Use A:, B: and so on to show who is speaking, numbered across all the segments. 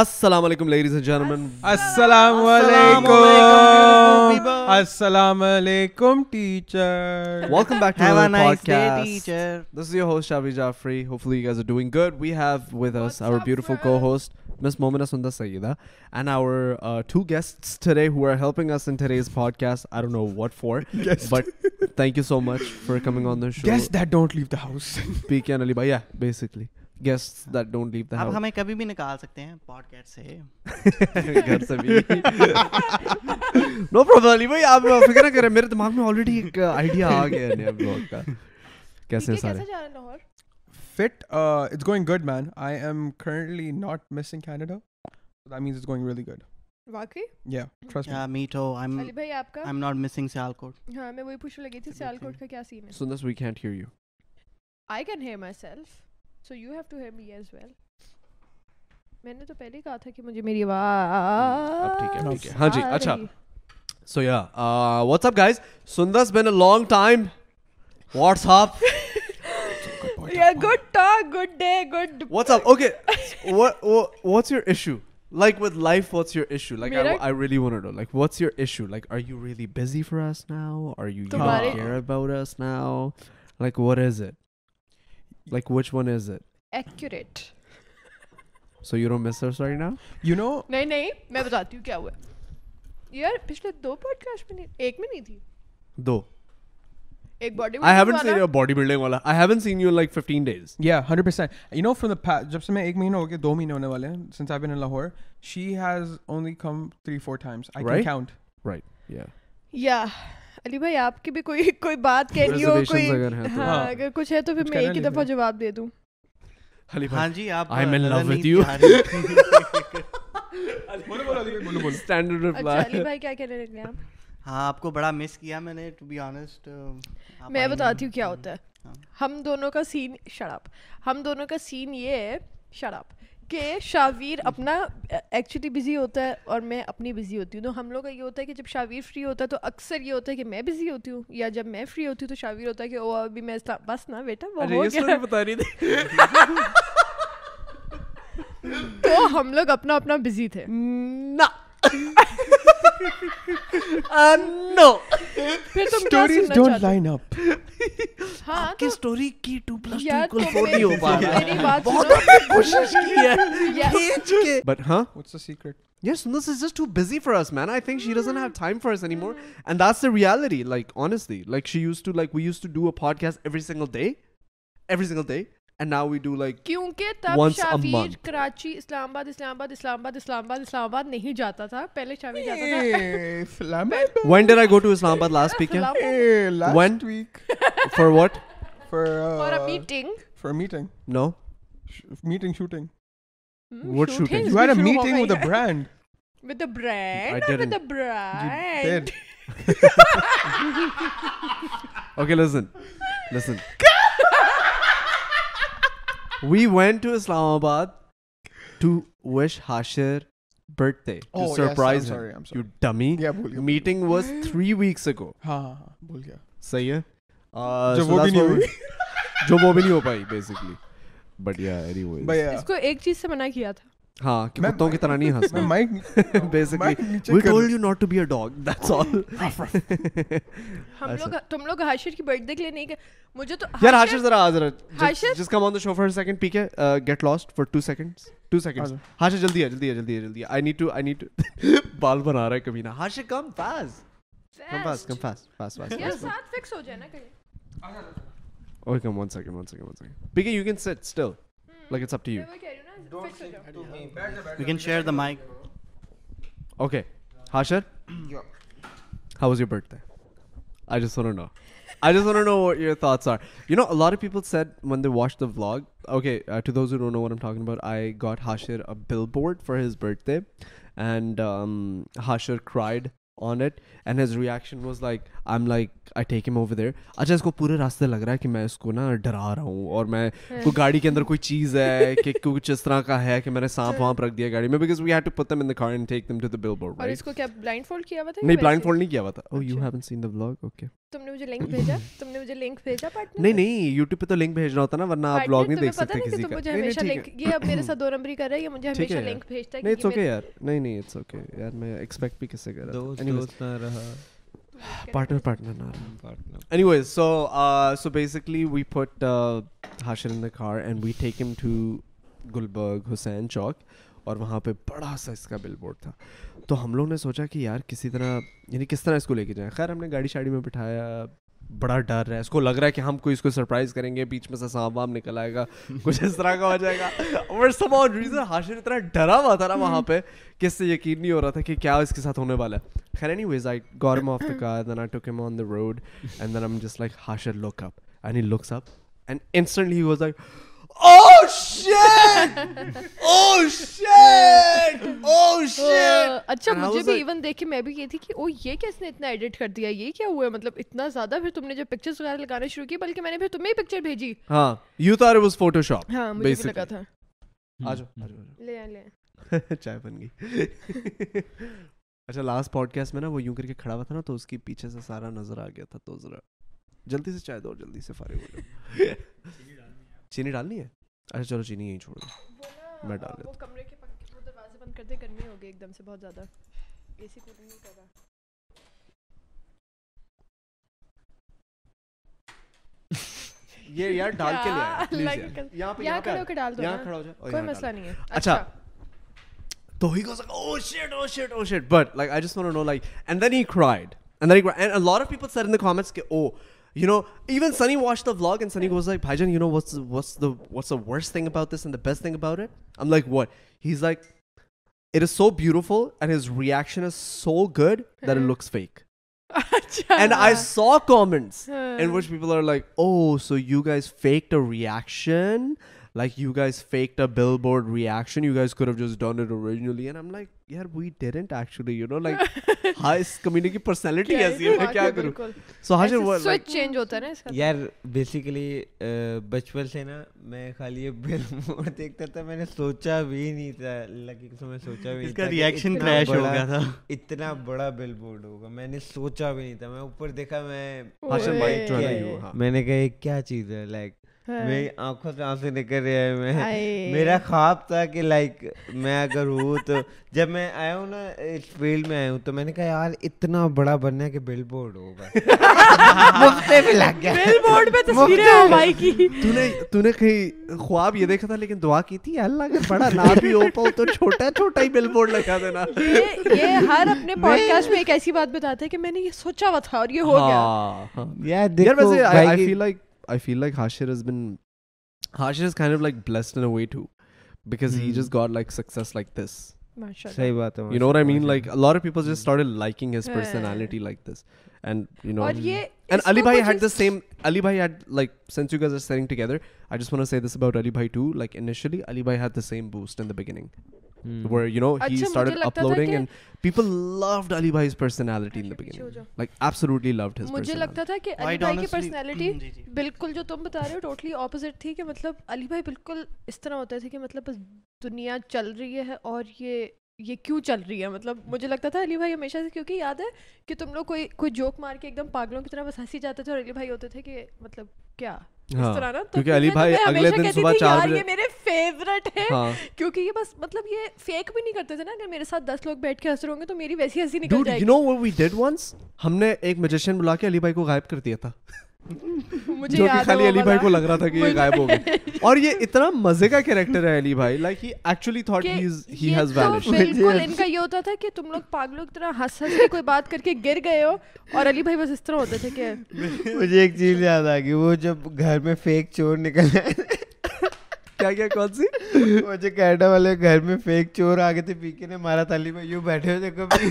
A: السلام علیکم ladies and gentlemen
B: السلام
C: beautiful
B: علیکم
C: people.
B: السلام علیکم teacher
A: welcome back to
C: Have
A: our
C: a nice day,
A: podcast
C: teacher.
A: This is your host Shabri Jafri hopefully you guys are doing good we have with us our beautiful co-host Miss Momina Sundar Sayyida and our uh, two guests today who are helping us in today's podcast. I don't know what for, but thank you so much for coming on the show.
B: Guests that don't leave the house
A: PK and Ali bhai. Yeah, basically. Guests that don't leave the
C: آپ
A: house.
C: ہمیں کبھی بھی نکال سکتے ہیں podcast سے
A: گھر سے بھی نو پرابلم علی بھائی آپ فکر نہ کریں میرے دماغ میں آلریڈی ایک آئیڈیا آ گیا ہے نیا بلاگ کا کیسے ہیں سارے
D: جا رہے Lahore
B: fit it's going good man I am currently not missing Canada that means it's going really good
D: واقعی
B: yeah trust me
C: me too I
D: Ali بھائی آپ کا
C: ایم ناٹ مسنگ سیالکوٹ
D: ہاں میں وہی پوچھنے لگی تھی سیالکوٹ کا کیا سین ہے
A: since we can't hear you
D: I can hear myself so you have to hear me as well میں نے تو پہلے ہی کہا تھا کہ مجھے میری
A: اب
D: آواز
A: ٹھیک ہے ہاں جی اچھا so yeah what's up guys سندرس been a long time what's up
D: good talk good day good
A: what's up okay what's your issue like with life what's your issue like I really want to like what's your issue like are you really busy for us now are you
D: تمہارے-
A: care about us now like what is it like which one is it
D: accurate
A: so you don't miss us right now
B: you know
D: نہیں نہیں میں بتاتی ہوں کیا ہوا یار پچھلے دو پوڈ کاسٹ میں نہیں ایک میں نہیں تھی
A: دو
D: ایک body
A: I haven't seen your body building والا I haven't seen you like 15 days
B: یا hundred percent you know from the جب سے میں ایک مہینہ ہو گیا دو مہینے ہونے والے ہیں since I been Lahore she has only come three four times I can
A: Right?
B: Count
A: right yeah
D: yeah Ali بھائی آپ کی بھی کوئی کوئی بات کہنی ہو کوئی ہاں اگر کچھ ہے تو پھر میں ایک ہی دفعہ جواب دے دوں
A: علی
C: ہاں
A: بھائی
C: جی آپ
A: اسٹینڈرڈ
D: اچھا علی
A: رپلائی
D: بھائی کیا کہنے لگے آپ
C: ہاں آپ کو بڑا مس کیا میں نے ٹو بی آنےسٹ
D: میں بتاتی ہوں کیا ہوتا ہے
C: ہاں۔
D: ہم دونوں کا سین شراب ہم دونوں کا سین یہ ہے شراب کہ شاویر اپنا ایکچولی بزی ہوتا ہے اور میں اپنی بزی ہوتی ہوں تو ہم لوگ کا یہ ہوتا ہے کہ جب شاویر فری ہوتا ہے تو اکثر یہ ہوتا ہے کہ میں بزی ہوتی ہوں یا جب میں فری ہوتی ہوں تو شاویر ہوتا ہے کہ او ابھی میں اسلام- بس نا بیٹا وہ ہو گیا
A: بتا رہی تھی
D: تو ہم لوگ اپنا اپنا بزی تھے
A: نو
D: پھر تم کیا
B: اسٹوریز
D: سننا
B: ڈونٹ
D: چاہتے ہو؟
B: لائن اپ
D: ہاں
A: کی
D: تو
A: اسٹوری کی 2 پلس
D: یا
A: 2
D: تم
A: 4 نہیں ہو پا رہا
D: میری بات سنو
A: بہت کوشش کی
D: یا-
A: ہے بٹ ہاں
B: واٹس دا سیکرٹ
A: یار Sundus is just too busy for us man I think she doesn't have time for us any more and that's the reality like honestly like she used to like we used to do a podcast every single day every single day and now we do like
D: کیونکہ تب
A: Once a
D: shower
A: month.
D: Karachi Islamabad Islamabad Islamabad Islamabad اسلام آباد نہیں جاتا تھا پہلے shower جاتا
A: when dad I go to Islamabad last week
D: تھا
B: last week
A: for what
D: for a
B: for
D: meeting
B: for meeting
A: no
B: meeting شooting
A: What Hmm, shooting?
B: You had a meeting with a brand.
D: With the brand
A: I
D: with the
A: didn't.
D: Brand
B: did.
A: Okay listen listen we went to Islamabad to wish Hashir birthday
B: Oh, yes, I'm
A: surprise
B: sorry, I'm
A: you
B: sorry.
A: Dummy
B: Yeah, بھول گیا.
A: Meeting was three weeks ago
B: ہاں ہاں ہاں بھول گیا
A: صحیح ہے
B: جو وہ بھی نہیں ہوئی
A: جو وہ بھی نہیں ہو پائی بیسکلی بٹ یا اینی وے
B: بھیا
D: اس کو ایک چیز سے منع کیا تھا
A: ہاں کہ کتوں کی طرح نہیں
B: میں
A: ہنسنا
B: مائک مائک
A: بیسکلی
B: نیچے
A: وی
B: کر-
A: told you not to be a dog that's all
D: ہم لوگ تم لوگ ہاشر کی برتھ ڈے کے لیے نہیں مجھے تو
A: یار ہاشر ذرا آ ذرا
D: Hashir?
A: جس کا man the show for second پیک ہے get last for two seconds two seconds
B: Hazir.
A: Hashir جلدی ہے جلدی ہے جلدی ہے جلدی I need to I need to بال بنا رہا ہے کبھی نا ہاشر کم فاس کم فاس کم فاس فاس
D: یار
A: فاس
D: ساتھ فکس ہو جائے نا کہیں
A: okay come one second one second one second pack you can sit still like it's up to you
D: میں وہی کہہ رہی ہوں نا فکس ہو جاؤ
C: we can share the mic
A: okay Hashir how was your birthday I just know I just know your thoughts are you know lot of people set one they watch the blog okay two thousand no no one M ٹاکن about I got Hashir a bill board for his birth day and Hashir cried on it and his reaction was like I am like I take M over there اچھا اس کو پورے راستے لگ رہا ہے کہ میں اس کو نا ڈرا رہا ہوں اور میں کوئی گاڑی کے اندر کوئی چیز ہے کہ کچھ اس طرح کا ہے کہ میں نے سانپ وانپ رکھ دیا گاڑی میں because we had to put them in the car and take them to the billboard
D: اور اس کو کیا بلائنڈ فولڈ کیا ہوا تھا
A: Oh, نہیں بلائنڈ فولڈ نہیں کیا ہوا تھا oh you haven't seen the blog okay
D: تم نے مجھے لنک بھیجا تم نے مجھے لنک بھیجا بٹ
A: نہیں نہیں یوٹیوب پہ تو لنک بھیجنا ہوتا نا ورنہ آپ بلاگ نہیں دیکھ سکتے کسی
D: تم
A: کا
D: مجھے ہمیشہ لنک یہ اب میرے ساتھ دو نمبری کر رہا ہے یہ مجھے ہمیشہ لنک بھیجتا ہے
A: نہیں اٹس اوکے یار نہیں نہیں اٹس اوکے یار میں ایکسپیکٹ بھی کس سے کر رہا
E: دوست نہ رہا
A: پارٹنر پارٹنر نہ
E: partner
A: Anyways, so uh, so basically we put uh, Hashir in the car and we take him to Gulberg Hussain Chowk اور وہاں پہ بڑا سا اس کا بل بورڈ تھا تو ہم لوگ نے سوچا کہ یار کسی طرح یعنی کس طرح اس کو لے کے جائیں خیر ہم نے گاڑی شاڑی میں بٹھایا بڑا ڈر ہے اس کو لگ رہا ہے کہ ہم کوئی اس کو سرپرائز کریں گے بیچ میں سے سانپ وام نکل آئے گا کچھ اس طرح کا ہو جائے گا اور سم ریزن حاشر اتنا ڈرا ہوا تھا نا وہاں پہ کہ اس سے یقین نہیں ہو رہا تھا کہ کیا اس کے ساتھ ہونے والا ہے خیر اینی ویز آئی گور of the car then I took him on the road and then I'm just like Hashir look up and he looks up and instantly he was like Oh shit! Oh shit! Oh shit!
D: اچھا
A: And I
D: مجھے
A: was
D: بھی
A: like-
D: even دیکھ کے میں بھی یہ تھی کہ او یہ کیسے نے اتنا ایڈٹ کر دیا یہ کیا ہوا ہے مطلب اتنا زیادہ پھر تم نے جو پکچرس وغیرہ لگانا شروع کی بلکہ میں نے پھر تمہیں پکچر بھیجی
A: ہاں you thought it was Photoshop
D: ہاں مجھے بھی لگا تھا
A: آ جاؤ آ جاؤ
D: لے لے
A: چائے بن گئی اچھا لاسٹ پوڈ کاسٹ میں نا وہ یوں کر کے کھڑا ہوا تھا نا تو اس کے پیچھے سے سارا نظر آ گیا تھا تو ذرا جلدی سے چائے دو اور جلدی سے فارغ ہو جاؤ چینی ڈالنی ہے اچھا چلو چینی یہیں چھوڑ دو میں ڈال دیتا
D: وہ کمرے کے پنکھے- وہ دروازے بند کر دے گرمی ہو گئی ایک دم سے بہت زیادہ اے سی کولنگ نہیں کر رہا
A: یہ یار ڈال کے لے آیا پلیز یہاں پہ
D: یہاں کھڑے ہو کے ڈال دو
A: یہاں
D: نا
A: کھڑا ہو جائے
D: کوئی مسئلہ نہیں ہے
A: اچھا تو ہی goes like oh shit oh shit oh shit but like I just want to know like and then he cried and then he cried and a lot of people said in the comments کہ oh you know even Sunny watched the vlog and Sunny goes like Bhaijan you know what's what's the what's the worst thing about this and the best thing about it I'm like what he's like it is so beautiful and his reaction is so good that it looks fake
D: اچھا
A: and I saw comments in
D: Hmm.
A: which people are like, "Oh, so you guys faked a reaction? Like you guys faked a billboard reaction? You guys could have just done it originally." And I'm like, "Yeah, we didn't actually. You know, like how is community personality as you kya karu?" So Hashir, what? Like,
D: switch change ہوتا ہے نا اس کا
E: یار basically بچپن سے نا میں خالی یہ بل موڑ دیکھتا تھا میں نے سوچا بھی نہیں تھا اللہ کی قسم میں سوچا بھی
C: اس
E: نہیں
C: کا
E: تھا کہ
C: ریئیکشن
E: اتنا
C: کریش ہو
E: بڑا-
C: گیا تھا
E: اتنا بڑا بل بورڈ ہوگا میں نے سوچا بھی نہیں تھا میں اوپر دیکھا میں
A: Hashir might try to
E: کیا ہے؟
A: you. huh?
E: میں نے کہا یہ کیا چیز ہے لائک میری آنکھوں سے آنسو نکل رہے ہیں میں
D: آئے۔
E: میرا خواب تھا کہ لائک میں اگر ہوں تو جب میں آیا ہوں نا اس فیلڈ میں آیا ہوں تو میں نے کہا یار اتنا بڑا بننا ہے کہ بل بورڈ ہوگا مفتے میں لگ گیا
D: بل بورڈ پہ تصویریں ہو بھائی کی
A: تو نے تو نے کہیں خواب یہ دیکھا تھا لیکن دعا کی تھی اللہ اگر بڑا نہ بھی ہو پاؤ تو چھوٹا چھوٹا ہی بل بورڈ لگا دینا
D: یہ ہر اپنے پوڈ کاسٹ میں ایک ایسی بات بتاتا ہے کہ میں نے یہ سوچا ہوا تھا اور یہ ہو گیا
A: ہاں ہاں
E: یار
A: یار
E: دیکھو
A: ویسے
E: بھائی
A: آئی
E: کی-
A: feel like I feel like Hashir has been Hashir is kind of like blessed in a way to because he just got like success like this
D: ماشاء
E: صحیح بات ہے
A: you know what i mean like a lot of people just started liking his
D: Yeah.
A: personality like this and you know
D: اور یہ
A: and Ali Bhai had the same. Ali Bhai had like since you guys are sitting together, I just want to say this about Ali Bhai too. Like initially, Ali Bhai had the same boost in the beginning,
E: Hmm.
A: where you know he
D: Achha, mujhe
A: started
D: lagta tha
A: uploading
D: ki-
A: and people loved Ali Bhai's personality in the
D: Actually,
A: beginning.
D: jo-
A: Like absolutely loved his
D: مجھے
A: personality.
D: لگتا تھا کہ Ali
C: Quite
D: بھائی کی
C: honestly-
D: personality
C: جی جی۔
D: بالکل جو تم بتا رہے ہو ٹوٹلی اپوزٹ تھی کہ مطلب علی بھائی بالکل اس طرح ہوتے تھے کہ مطلب بس دنیا چل رہی ہے اور یہ یہ کیوں چل رہی ہے مطلب مجھے لگتا تھا علی بھائی ہمیشہ سے کیونکہ یاد ہے کہ تم لوگ کوئی کوئی جوک مار کے ایک دم پاگلوں کی طرح بس ہنسی جاتے تھے اور علی بھائی ہوتے تھے کہ مطلب کیا اس طرح نا
A: ہاں، کیونکہ علی بھائی اگلے دن صبح چار
D: بجے
A: بجے
D: یہ میرے فیوریٹ ہے
A: ہاں
D: کیونکہ یہ بس مطلب یہ فیک بھی نہیں کرتے تھے نا اگر میرے ساتھ دس لوگ بیٹھ کے ہنس رہے ہوں گے تو میری ویسی ہنسی نکل
A: ڈوڈ
D: جائے
A: you know what we did once ہم نے ایک میجیشین بلا کے علی بھائی کو غائب کر دیا تھا
D: گی مجھے
A: جو کہ
D: یاد
A: خالی علی بھائی کو لگ رہا تھا کہ یہ
D: مجھے-
A: غائب ہو گئے اور یہ اتنا مزے کا کیریکٹر ہے علی بھائی لائک ہی ایکچولی تھاٹ
D: کہ
A: ہی
D: یہ
A: ہیز
D: تو
A: وینش
D: بالکل ان کا یہ ہوتا تھا کہ تم لوگ پاگلوں کی طرح ہنس ہنس کے کوئی بات کر کے گر گئے ہو اور علی بھائی بس اس طرح ہوتے تھے کہ
E: مجھے ایک چیز یاد آ گئی وہ جب گھر میں فیک چور نکلا
A: کیا کیا کون سی
E: وہ جو کینیڈا والے گھر میں فیک چور آ گئے تھے پی کے نے مارا تالی میں یوں بیٹھے ہوئے تھے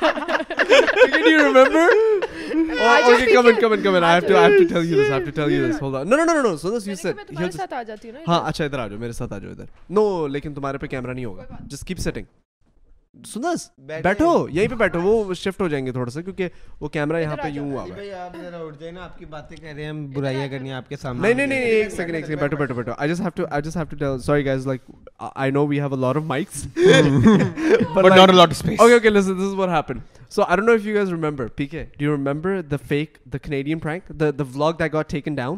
A: Can you remember?
D: آج
A: Oh, okay,
D: بھی
A: come on,
D: کیا-
A: come on, come on. I have to, I have to tell you this. I have to tell you this. Hold on. No, no, no, no, no. So this you ہاں.
D: میں
A: said. Here this.
D: نے کہا میں تمہارے ساتھ آ جاتی ہوں نا
A: ہاں اچھا ادھر آ جاؤ میرے ساتھ آ جاؤ ادھر نو لیکن تمہارے پہ کیمرہ نہیں ہوگا جس کیپ سیٹنگ سنس
E: بیٹھے۔
A: بیٹھو یہیں پہ بیٹھو وہ شفٹ ہو جائیں گے تھوڑا سا کیونکہ وہ کیمرہ یہاں پہ یوں ہوا ہوا ہے
E: بھائی آپ ذرا اٹھ جائیں نا آپ کی باتیں کر رہے ہیں ہم برائیاں کرنی ہیں آپ کے سامنے
A: نہیں نہیں نہیں ایک سیکنڈ ایک سیکنڈ بیٹھو بیٹھو بیٹھو I just have to I just have to tell sorry guys like I know we have a lot of mics
B: But not a lot of space.
A: Okay, okay, listen, this is what happened. So I don't know if you guys remember, PK, do you remember the fake the Canadian prank? The the vlog that got taken down?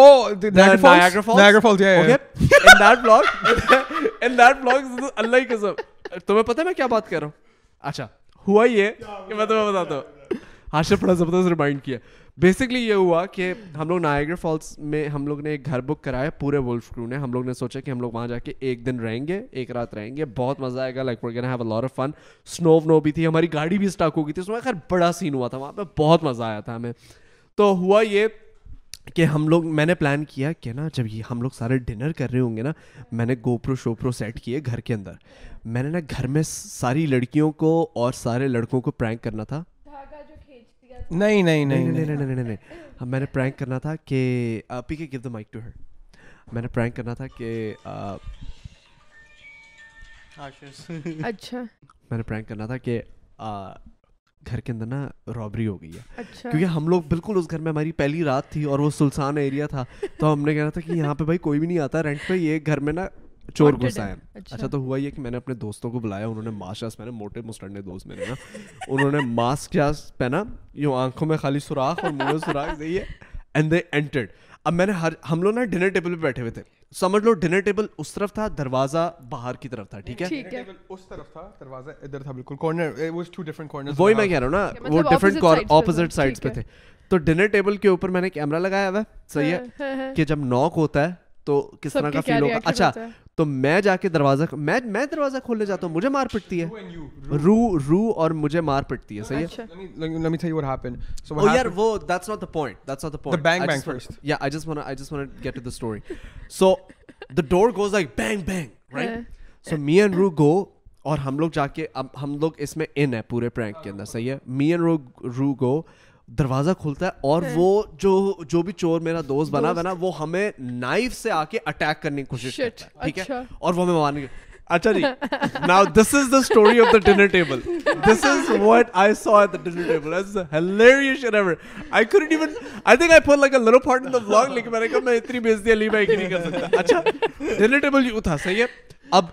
B: Oh, the Niagara
A: the
B: Falls.
A: Niagara Falls?
B: Niagara Falls, yeah, yeah.
A: Okay. In that vlog in that vlog Allah ki qasam. تمہیں پتہ ہے میں کیا بات کر رہا ہوں اچھا ہوا یہ کہ میں تمہیں بتاتا ہوں ہاشف بڑا زبردست ریمائنڈ کیا بیسکلی یہ ہوا کہ ہم لوگ نائگر فالس میں ہم لوگ نے ایک گھر بک کرایا پورے وولف کرو نے ہم لوگ نے سوچا کہ ہم لوگ وہاں جا کے ایک دن رہیں گے ایک رات رہیں گے بہت مزہ آئے گا like we have a lot of فن سنو ونو بھی تھی ہماری گاڑی بھی اسٹاک ہو گئی تھی اس میں خیر بڑا سین ہوا تھا وہاں پہ بہت مزہ آیا تھا ہمیں تو ہوا یہ کہ ہم لوگ میں نے پلان کیا کہ نا جب یہ ہم لوگ سارے ڈنر کر رہے ہوں گے نا میں نے گوپرو شوپرو سیٹ کیے گھر کے اندر میں نے نا گھر میں ساری لڑکیوں کو اور سارے لڑکوں کو پرینک کرنا تھا
B: نہیں نہیں نہیں
A: نہیں نہیں نہیں نہیں میں نے پرینک کرنا تھا کہ P K gave the mic to her میں نے پرینک کرنا تھا کہ میں
D: اچھا
A: نے پرینک کرنا تھا کہ گھر کے اندر نا رابری ہو گئی ہے
D: اچھا
A: کیونکہ ہم لوگ بالکل اس گھر میں ہماری پہلی رات تھی اور وہ سلسان ایریا تھا تو ہم نے کہنا تھا کہ یہاں پہ بھائی کوئی بھی نہیں آتا رینٹ پہ یہ گھر میں نا چور گھسا ہے اچھا تو ہوا یہ کہ میں نے اپنے دوستوں کو بلایا انہوں نے ماسک میں نے موٹے مسٹنڈے دوست میرے نا انہوں نے ماسک کیا پہنا یوں آنکھوں میں خالی سوراخ اور منہ میں سوراخ یہی ہے اینڈ دے اینٹرڈ اب میں نے ہر ہم لوگ نا ڈنر ٹیبل پہ بیٹھے ہوئے تھے سمجھ لو ڈنر ٹیبل اس طرف تھا دروازہ باہر کی طرف تھا ٹھیک ہے
D: ٹھیک ہے
B: اس طرف تھا دروازہ ادھر تھا بالکل corner it was two different corners
A: وہی میں کہہ رہا ہوں نا وہ ڈفرینٹ اپوزٹ سائڈ مطلب پہ تھے تو ڈنر ٹیبل کے اوپر میں نے کیمرہ لگایا ہوا ہے صحیح
D: ہاں،
A: ہے کہ جب ناک ہوتا ہے تو کس طرح کا فیل ہوگا اچھا تو میں جا کے دروازہ میں میں دروازہ کھولنے جاتا ہوں مجھے مار پٹتی ہے رو رو اور مجھے مار پٹتی ہے صحیح ہے
D: اچھا
B: let me let me- let me tell you what happened so what
A: Oh yeah,
B: happened-
A: whoa, that's not the point. That's not the point.
B: bang
A: I
B: bang
A: just wa-
B: first.
A: Yeah, I just wanna I just wanna get to the story. So the door goes like bang bang, right? So me and Ru go اور ہم لوگ جا کے اب ہم لوگ اس میں ان ہے پورے پرینک کے اندر صحیح ہے می اینڈ رو رو گو دروازہ کھلتا ہے اور وہ جو جو بھی چور میرا دوست بنا بنا وہ ہمیں نائف سے آ کے اٹیک کرنے کی کوشش
D: Shit,
A: کرتا ہے ٹھیک ہے
D: اچھا۔
A: اور وہ ہمیں مارنے اچھا جی now this is the story of the dinner table this is what I saw at the dinner table is hilarious shit ever I couldn't even I think I put like a little part in the vlog لیکن میں نے کہا میں اتنی بے علی بھائی کی نہیں کر سکتا اچھا ڈنر ٹیبل یوں تھا صحیح ہے اب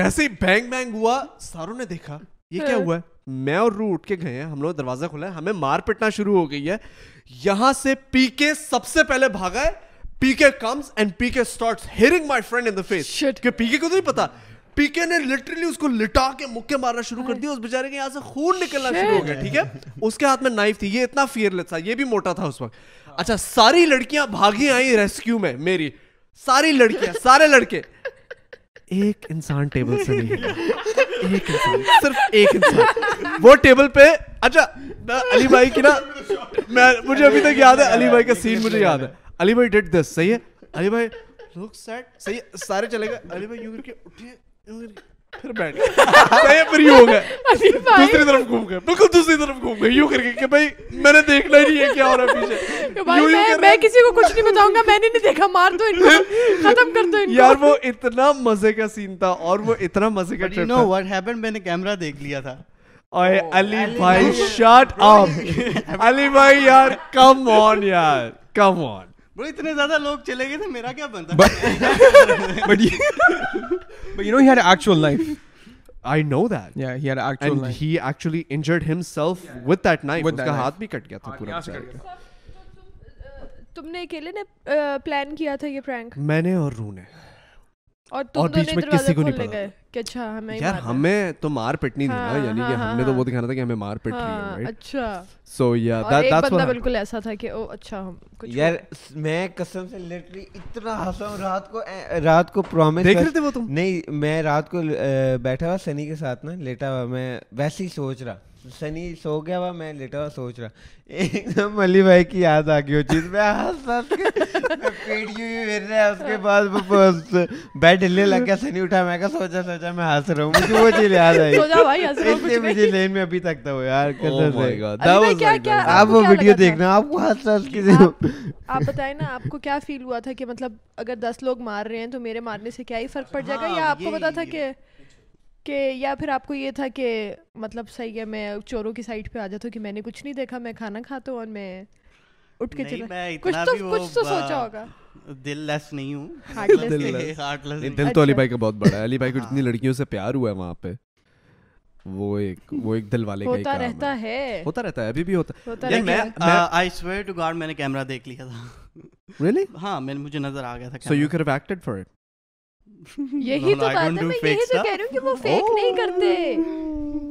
A: جیسے ہی بینگ بینگ ہوا ساروں نے دیکھا یہ کیا ہوا ہے میں اور رو اٹھ کے گئے ہیں ہم لوگ دروازہ کھلا ہے ہمیں مار پٹنا شروع ہو گئی ہے یہاں سے پی کے سب سے پہلے بھاگا ہے P K comes and P K starts hitting my friend in the face
D: Shit.
A: کہ پی کے کو تو نہیں پتا پی کے نے لٹرلی اس کو لٹا کے مکے مارنا شروع کر دیا اس بیچارے کے یہاں سے خون نکلنا شروع ہو گیا ٹھیک ہے اس کے ہاتھ میں نائف تھی یہ اتنا فیئر لیس تھا یہ بھی موٹا تھا اس وقت اچھا ساری لڑکیاں بھاگی آئیں ریسکیو میں میری ساری لڑکیاں سارے لڑکے ایک انسان ٹیبل سے نہیں ہلا۔ ایک انسان صرف ایک انسان وہ ٹیبل پہ اچھا میں علی بھائی کی نا میں مجھے ابھی تک یاد ہے علی بھائی کا سین مجھے یاد ہے علی بھائی ڈٹ دس صحیح ہے علی بھائی لوگ سیٹ صحیح ہے سارے چلے گئے علی بھائی یوں کر کے اٹھے یوں کر کے پھر بیٹھ گئے صحیح ہے پھر یوں ہو گئے
D: علی بھائی
A: دوسری طرف گھوم گئے بالکل دوسری طرف گھوم گئے یوں کر کے کہ بھائی میں نے دیکھنا ہی نہیں ہے کیا ہو رہا ہے پیچھے
D: بھائی
A: یوں یوں
D: میں
A: کر
D: میں
A: رہے
D: کسی کو کچھ نہیں بتاؤں گا میں نے نہیں دیکھا مار دو ان کو ختم کر دو ان
A: یار
D: کو
A: وہ اتنا مزے کا سین تھا اور وہ اتنا مزے کا
C: بٹ یو
A: ٹرپ
C: نو
A: تھا
C: وٹ ہیپن میں نے کیمرہ دیکھ لیا تھا
A: اوئے علی بھائی شٹ اپ علی بھائی یار کم آن یار کم آن
C: بڑے اتنے زیادہ لوگ چلے گئے تھے میرا کیا بنتا
B: but you, but you know he had an actual knife
A: I know that
B: yeah he had an actual
A: and
B: knife
A: he actually injured himself with that knife
B: With
A: اس
B: that
A: کا
B: knife.
A: ہاتھ بھی کٹ گیا تھا پورا بیچارے کا۔
D: تم نے اکیلے نے پلان کیا تھا یہ پرینک
A: میں نے اور رو نے
D: اور
A: اور
D: تم
A: بیچ
D: دونوں
A: میں
D: دروازہ
A: کسی کو نہیں
D: کھولنے
A: پتا
D: گئے کہ اچھا ہمیں
A: یار ہمیں تو مار پٹنی تھی نا
D: ہاں،
A: یعنی
D: ہاں،
A: کہ ہم نے
D: ہاں،
A: تو وہ
D: ہاں۔
A: دکھانا تھا کہ ہمیں مار پٹ رہی ہے
D: اچھا
A: سو یا
D: اور ایک بندہ بالکل ایسا تھا کہ او اچھا ہم کچھ
E: یار میں قسم سے لٹرلی اتنا ہنسا ہوں رات کو رات کو پرومس
A: دیکھ رہے تھے وہ تم
E: نہیں میں رات کو بیٹھا ہوا سنی کے ساتھ نا لیٹا ہوا میں ویسے ہی سوچ رہا سنی سو گیا ہوا میں لیٹا ہوا سوچ رہا ایک دم علی بھائی کی یاد آ گئی وہ چیز میں ہنس ہنس کے میں پیٹ یوں یوں ہل رہا ہے اس کے بعد وہ بیڈ ہلنے لگ گیا سنی اٹھا میں کہا سوچا سوچا میں ہنس رہا ہوں مجھے وہ چیز یاد آئی
D: سوچا بھائی ہنس رہا ہوں
E: اس لیے
D: کچھ نہیں۔
E: مجھے لین میں ابھی تک تھا وہ
A: Oh
E: یار قسم سے
D: علی بھائی کیا کیا
E: آپ وہ ویڈیو دیکھنا آپ کو ہنس ہنس کے
D: آپ بتائیں نا آپ کو کیا فیل ہوا تھا کہ
C: ہاں،
D: مطلب اگر دس لوگ مار رہے ہیں تو میرے مارنے سے کیا ہی فرق پڑ جائے گا یا آپ کو پتا تھا کہ کہ یا پھر آپ کو یہ تھا کہ مطلب صحیح ہے میں چوروں کی سائڈ پہ آ جاتا ہوں کہ میں نے کچھ نہیں دیکھا میں کھانا کھاتا ہوں اور میں اٹھ کے
C: نہیں،
D: چلا
C: میں
D: کچھ
C: اتنا
D: تو
C: بھی
D: کچھ تو
C: وہ،
D: سوچا
C: آ،
D: ہوگا
C: دل لیس نہیں ہوں
D: Heartless
A: نہیں۔
C: Heartless نہیں۔
A: دل تو علی بھائی کا بہت بڑا ہے علی بھائی کو جتنی لڑکیوں سے پیار ہوا ہے وہاں پہ وہ ایک وہ ایک دل والے کا
D: ہوتا رہتا ہے
A: ہوتا رہتا ہے ابھی بھی ہوتا
D: ہوتا
A: ہے
D: رہتا
A: میں
D: ہے۔
C: آ، I swear to God، میں نے کیمرہ دیکھ لیا تھا
A: ریلی
C: ہاں میں نے مجھے نظر آ گیا تھا
A: so you
C: camera۔
A: Could have acted for it
D: یہی
C: No,
D: تو
C: no, I
D: بات
C: don't
D: ہے
C: do
D: میں
C: fake
D: یہی تو
C: stuff. Oh!
D: کہہ رہی ہوں کہ وہ فیک نہیں کرتے
A: Oh.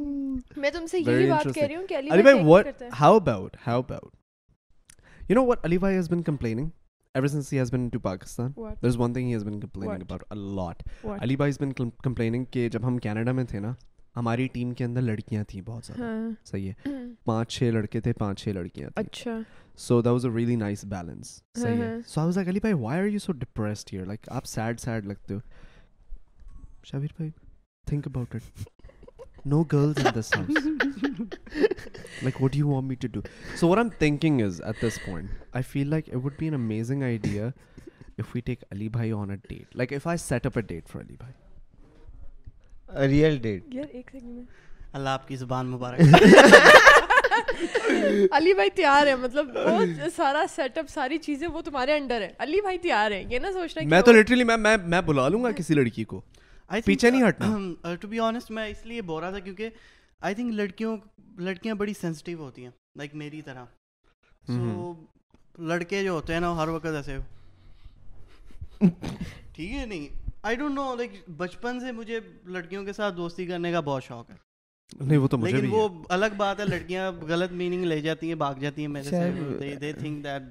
D: میں تم سے یہی
A: ویری
D: بات کہہ رہی ہوں کہ
A: انٹرسٹنگ
D: علی بھائی
A: وٹ
D: کرتا ہے
A: how about how about you know what Ali بھائی has been complaining ever since he has been to Pakistan
D: What?
A: There is one thing he has been complaining
D: What?
A: About a lot
D: What?
A: Ali بھائی has been complaining کہ جب ہم Canada میں تھے نا ہماری team کے اندر لڑکیاں تھیں بہت زیادہ
D: ہاں
A: صحیح ہے پانچ چھ لڑکے تھے پانچ چھ لڑکیاں تھیں
D: اچھا
A: so that was a really nice balance صحیح ہے
D: ہاں۔
A: So I was like Ali بھائی why are you so depressed here like آپ سیڈ سیڈ لگتے ہو شابیر بھائی think about it no girls in this house like what you want me to do so what I'm thinking is at this point I feel like it would be an amazing idea if we take علی بھائی on a date like if I set up a date for Ali بھائی
E: real date
D: یار ایک second میں
C: اللہ آپ کی زبان مبارک
D: علی بھائی تیار ہے مطلب وہ سارا سیٹ اپ ساری چیزیں وہ تمہارے انڈر ہے علی بھائی تیار ہے یہ نہ سوچنا
A: میں تو لٹرلی میں میں بلا لوں گا کسی لڑکی کو پیچھے نہیں
C: ہٹنا ٹو بی آنیسٹ میں اس لیے بول رہا تھا کیونکہ آئی تھنک لڑکیوں لڑکیاں بڑی سینسٹیو ہوتی ہیں لائک میری طرح سو لڑکے جو ہوتے ہیں نا وہ ہر وقت ایسے ٹھیک ہے نہیں آئی ڈونٹ نو لائک بچپن سے مجھے لڑکیوں کے ساتھ دوستی کرنے کا بہت شوق ہے
A: نہیں وہ تو مجھے
C: لیکن
A: بھی
C: وہ الگ بات ہے لڑکیاں غلط میننگ لے جاتی ہیں بھاگ جاتی ہیں میرے سے think that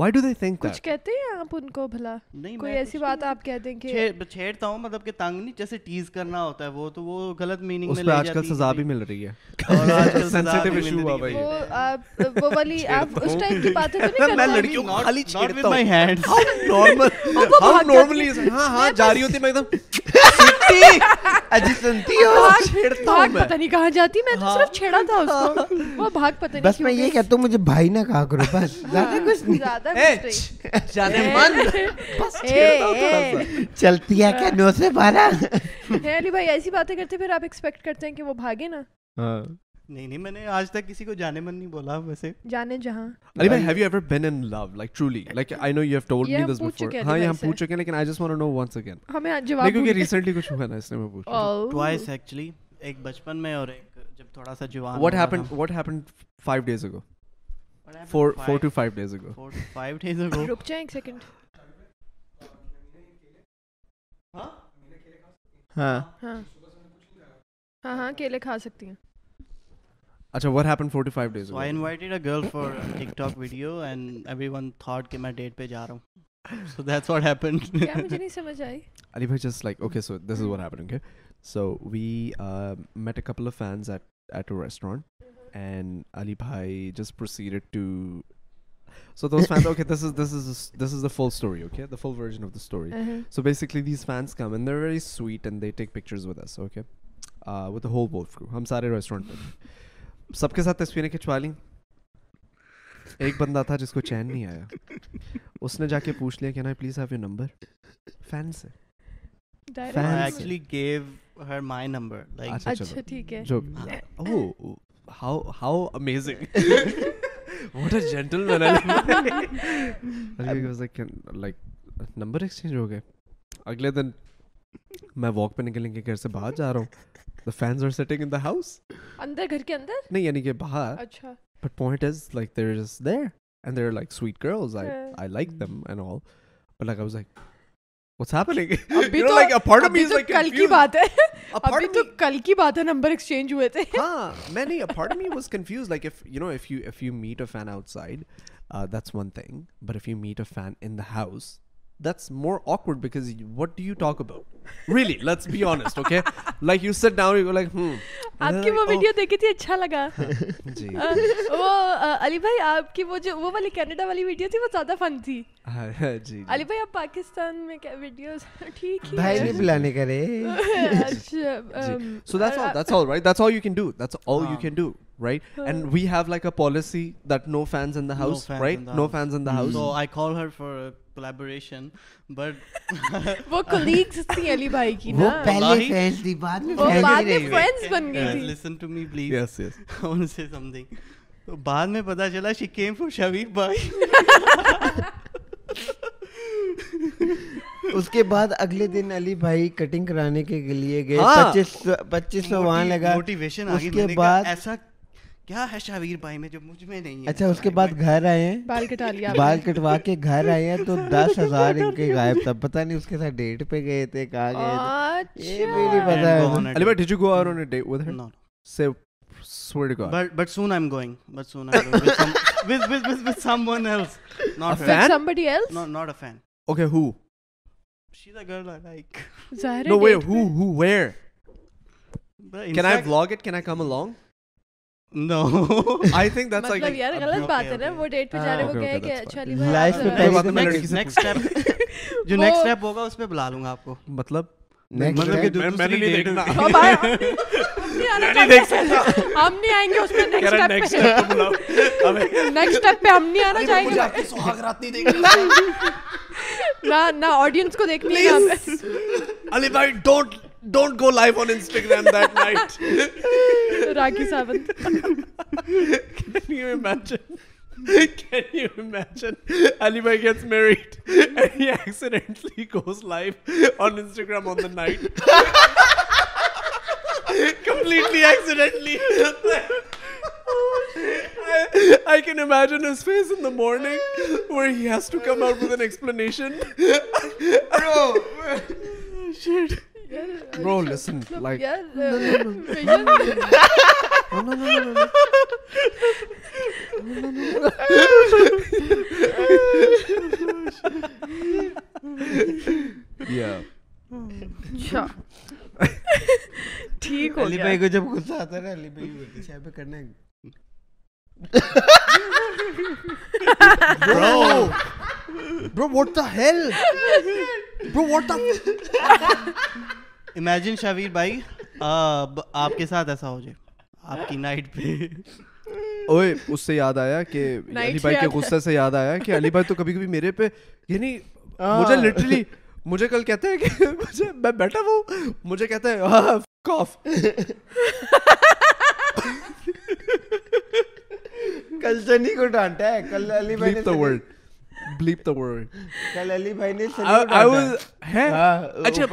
A: why do they think
D: کچھ کہتے ہیں آپ ان کو بھلا
C: نہیں
D: کوئی ایسی بات آپ کہہ دیں کہ
C: چھیڑتا ہوں مطلب کہ تنگ نہیں جیسے ٹیز کرنا ہوتا ہے وہ تو وہ غلط میننگ
A: اس پہ
C: میں لے جی۔
A: آج کل سزا بھی مل رہی ہے
D: وہ آپ وہ والی آپ اس ٹائپ کی باتیں تو نہیں
A: میں
D: کرتے
A: لڑکیوں کو خالی چھیڑتا ہوں
C: hand
A: How normal- how normally is- ہاں ہاں جاری ہوتی ہے، میں ایک دم سٹی، اجی سنتی ہو، چھیڑتا ہوں
D: بھاگ
A: میں۔
D: ہاں،
A: ہاں۔
D: پتہ نہیں کہاں جاتی میں تو صرف چھیڑا تھا اس کو وہ بھاگ پتہ نہیں
E: بس میں یہ کہتا ہوں مجھے بھائی نہ کہا کرو بس زیادہ کچھ
D: زیادہ
A: اے، چھ، جانے من، بس چھیڑتا ہوں تھوڑا سا۔
E: چلتی ہے کیا نو سے بارہ
D: علی بھائی ایسی باتیں کرتے پھر آپ ایکسپیکٹ کرتے ہیں کہ وہ بھاگے نا
C: نہیں نہیں میں نے آج تک کسی کو جانے من نہیں بولا ویسے
D: جانے جہاں
A: علی بھائی، have you ever been in love? Like, truly. Like, I know you have told
D: یہ
A: me
D: ہم
A: this
D: پوچھ
A: before.
D: چکے ہیں
A: ہاں،
D: علی
A: یہ
D: بھائی
A: ہم
D: سے۔
A: پوچھ چکے ہیں، لیکن I just want to know once again.
D: ہمیں
A: نہیں،
D: جواب Oh,
A: کیونکہ recently کچھ ہوا نا، اس لیے میں پوچھ رہا ہوں۔
C: ٹوائس ایکچولی ایک بچپن میں اور ایک جب تھوڑا سا جوان
A: What happened- what happened five days ago? Four- four to five days ago.
C: Five days ago
D: رک جائیں ایک سیکنڈ
E: ہاں
D: ہاں ہاں ہاں کیلے کھا سکتی ہیں
A: اچھا، what happened four to five days
C: so I
A: ago?
C: Invited a girl for TikTok video and everyone thought کہ میں ڈیٹ پہ جا رہا ہوں سو دیٹس واٹ ہیپنڈ
D: کیا مجھے نہیں سمجھ آئی
A: Ali bhai just like, okay, so this is what happened, okay? So we uh, met a couple of fans at, at a restaurant and Ali bhai just proceeded to so those fans okay this is this is this is the full story okay the full version of the story
D: Uh.
A: so basically these fans come and they're very sweet and they take pictures with us okay uh, with the whole boat crew ہم سارے restaurant میں تھے۔ سب کے ساتھ تصویریں کھچوا لیں ایک بندہ تھا جس کو چین نہیں آیا اس نے جا کے پوچھ لیا کہ نا please have your number fan سے
C: actually give her my number like
A: اچھا
D: اچھا
A: چلو
D: ٹھیک ہے
A: جو how how amazing what a gentleman like number exchange ہو گئے اگلے دن میں واک پہ نکلنے کے گھر سے باہر جا رہا ہوں the fans are sitting in the house
D: اندر گھر کے اندر
A: نہیں یعنی کہ باہر
D: اچھا
A: but point is like there is there and there like sweet girls I like them and all but like I was like What's happening?
D: ابھی تو کل کی بات ہے ابھی تو کل کی بات ہے نمبر ایکسچینج ہوئے تھے
A: ہاں میں نہیں part me was confused like if you know if you if you meet a fan outside that's one thing but if you meet a fan in the house that's more awkward because what do you talk about really let's be honest okay like you sit down like
D: آپ کی وہ video دیکھی تھی اچھا لگا
A: Oh. جی
D: وہ علی بھائی آپ کی وہ جو وہ والی کینیڈا والی ویڈیو تھی وہ زیادہ فن تھی
A: جی
D: علی بھائی آپ پاکستان میں کیا ویڈیوز ٹھیک اچھا،
E: بھائی جی۔
D: ہے
E: نہیں بلانے کرے
D: Um,
A: so
D: uh,
A: that's all that's all right that's all you can do that's all you can do right and we have like a policy that no fans in the house right no fans in the house
C: so I call her for collaboration but
D: وہ colleagues تھیں علی بھائی کی
E: وہ
D: نا
E: پہلے
C: والله-
E: friends تھی بعد میں
D: وہ
E: friends
D: بعد
E: ہی
D: میں
E: رہی۔
D: فرینڈز بن گئی تھی
C: listen to me please
A: yes yes
C: ان سے سمتھنگ تو بعد میں پتا چلا شی کیم فور شبیر بھائی
E: اس کے بعد اگلے دن علی بھائی کٹنگ کرانے کے لیے گئے
A: ہاں۔
E: پچیس پچیس سو وہاں لگا
C: موٹیویشن
E: اس کے بعد
C: ایسا کیا ہے شبیر بھائی میں جو مجھ میں نہیں ہے
E: اچھا اس کے بعد گھر آئے ہیں
D: بال کٹا لیا
E: بال کٹوا کے گھر آئے ہیں تو دس ہزار ان کے غائب تھا پتہ نہیں اس کے ساتھ ڈیٹ پہ گئے تھے کہاں گئے
D: اچھا۔
E: تھے یہ بھی نہیں پتا ہے
A: Ali bhai, did you go out on a date with her? Say, swear to God.
C: But but soon I am going but soon with someone else not
A: A
C: her
A: fan?
D: somebody else
C: not not a fan
A: okay, who?
C: she's a girl i like
D: ظاہر
A: No,
D: ہے
A: wait,
D: date
A: who? Who? Where?
C: But in
A: Can I
C: fact-
A: vlog it? Can I come along?
C: no
A: I think that's
D: مطلب
A: like.
D: یار
C: اب
D: غلط
C: okay,
D: بات ہے نا
C: okay.
D: وہ ڈیٹ پہ
A: ہاں,
D: جا
E: Ah,
D: رہے وہ
A: okay,
D: کہے
A: okay,
D: کہ
A: that's fine.
D: اچھا
E: Life پہ پہلے
A: بات تو میں
C: Next-
A: لڑکی سے
C: next step- جو نیکسٹ اسٹیپ ہوگا اس پہ بلا لوں گا آپ کو
A: مطلب
E: نیکسٹ
C: مطلب کہ
A: میں- میں نے
C: دوسری
A: نہیں
C: date
A: دیکھنا۔
C: میں-
D: ہم نہیں آئیں گے اس میں نیکسٹ اسٹیپ پہ نیکسٹ اسٹیپ پہ ہم نہیں آنا چاہیں گے نہ نہ آڈینس کو دیکھنی ہے
A: Ali bhai, don't don't go live on Instagram that night.
D: Rocky Sawant
A: Can you imagine? Can you imagine? Ali bhai gets married and he accidentally goes live on Instagram on the night. Completely accidentally. I, I can imagine his face in the morning where he has to come out with an explanation. Shit. Bro, listen, like, yeah.
D: اچھا ٹھیک ہو
E: علی
D: گیا
E: بھائی کو جب غصہ آتا ہے نا علی بھائی بولتے شاہ پہ کرنا ہے
A: Bro! Bro, what the hell? Bro, what the.
C: Imagine Shabbir بھائی اب آپ کے ساتھ ایسا ہو جائے آپ کی نائٹ پہ
A: اوئے اس سے یاد آیا کہ
D: Night
A: علی
D: سے
A: بھائی کے
D: یاد
A: غصے سے یاد آیا کہ علی بھائی تو کبھی کبھی میرے پہ یعنی مجھے لٹرلی مجھے کل کہتے ہیں کہ مجھے میں بیٹھا ہوا ہوں مجھے کہتے ہیں کاف
E: کل سنی کو ڈانٹا ہے کل علی بھائی نے
A: بلیپ the word بلیپ the word
E: کل علی بھائی نے سنی کو
A: I was
E: ڈانٹا ہاں،
A: ہے اچھا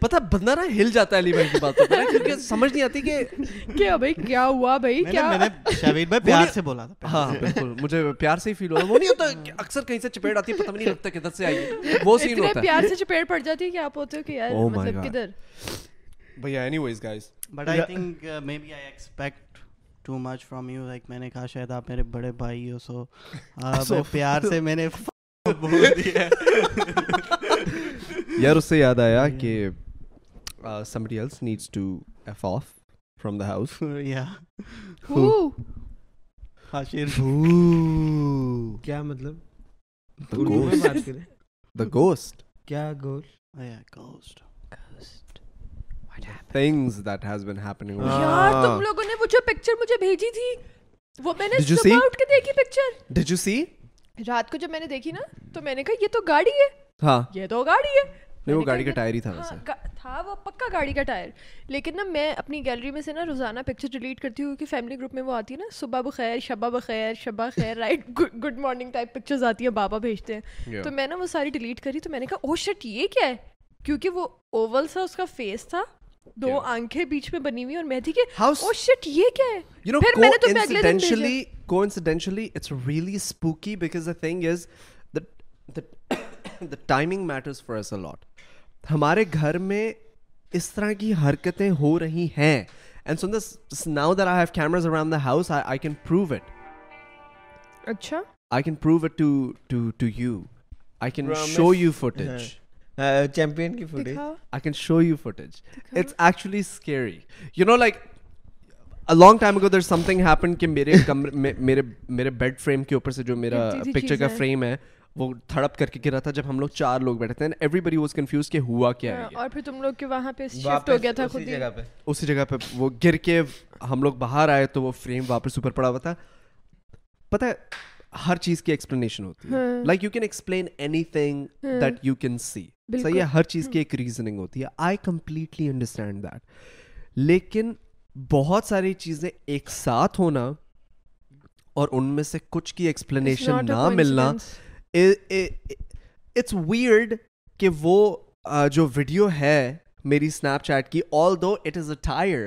A: پتہ بندہ نا ہل جاتا ہے علی بھائی کی باتوں پہ کیونکہ سمجھ نہیں آتی کہ
D: کیا بھائی کیا ہوا بھائی
C: میں نے
D: کیا
C: میں نے شبیر بھائی پیار سے بولا تھا
A: ہاں بالکل مجھے پیار سے ہی فیل ہوتا وہ نہیں ہوتا اکثر کہیں سے چپیٹ آتی ہے پتہ نہیں لگتا کدھر سے آئی وہ سین
D: اتنے
A: ہوتا ہے
D: پیار سے چپیڑ پڑ جاتی ہے کہ آپ ہوتے ہو کہ یار مطلب کدھر
A: بھیا anyways guys
C: but I think maybe I expect too much from you like میں نے کہا شاید آپ میرے بڑے بھائی ہو سو پیار سے میں نے بول دیا
A: یار اس سے یاد آیا کہ somebody else needs to f off from the house
C: یا
E: کیا مطلب
A: the ghost the ghost
E: کیا گول
A: things that has been happening over-
D: یار تم لوگوں نے وہ جو پکچر مجھے بھیجی تھی وہ میں نے
A: Did you see?
D: صبح اٹھ کے دیکھی پکچر
A: did you see
D: رات کو جب میں نے دیکھی نا تو میں نے کہا یہ تو گاڑی ہے
A: ہاں
D: یہ تو گاڑی ہے
A: نہیں وہ گاڑی کا ٹائر ہی تھا ویسے
D: ہاں، تھا وہ پکا گاڑی کا ٹائر لیکن نا میں اپنی گیلری میں سے نا روزانہ پکچر ڈیلیٹ کرتی ہوں کیونکہ فیملی گروپ میں وہ آتی ہے نا صبح بخیر شبہ بخیر شبہ خیر right good morning type pictures آتی ہیں بابا بھیجتے ہیں تو میں نا وہ ساری ڈیلیٹ کری تو میں نے کہا او شٹ یہ کیا ہے کیونکہ وہ اوول سا اس کا فیس تھا دو آنکھیں بیچ میں بنی ہوئی اور میں تھی کہ او شٹ یہ کیا
A: You
D: ہے
A: know,
D: پھر میں نے تو اگلے دن
A: coincidentally, coincidentally, it's really spooky because the thing is that the the timing matters for us a lot. ہمارے گھر میں اس طرح کی حرکتیں ہو رہی ہیں and son this now that I have cameras around the house I can prove it
D: اچھا
A: I can prove it to to to you I can show you footage
E: champion کی footage
A: I can show you footage it's actually scary you know like long time ago there something happen کہ میرے کمرے میرے میرے bed frame کے اوپر سے جو میرا
D: گرتی تھی
A: پکچر کا
D: چیزیں۔
A: فریم ہے وہ تھڑپ کر کے گرا تھا جب ہم لوگ چار لوگ بیٹھے تھے ایوری بڑی واز کنفیوز کہ ہوا کیا ہے یہ؟
D: اور پھر تم لوگ کے وہاں پہ شفٹ ہو گیا تھا خود ہی
E: جگہ پہ
A: اسی جگہ پہ وہ گر کے ہم لوگ باہر آئے تو وہ فریم واپس اوپر پڑا ہوا تھا پتہ ہے ہر چیز کی ایکسپلینیشن ہوتی ہے like you can explain anything that you can see صحیح ہے ہر چیز کی ایک ریزننگ ہوتی ہے آئی کمپلیٹلی انڈرسٹینڈ دیٹ لیکن بہت ساری چیزیں ایک ساتھ ہونا اور ان میں سے کچھ کی ایکسپلینیشن نہ ملنا اٹس ویئرڈ کہ وہ جو ویڈیو ہے میری اسنیپ چیٹ کی although it is a tyre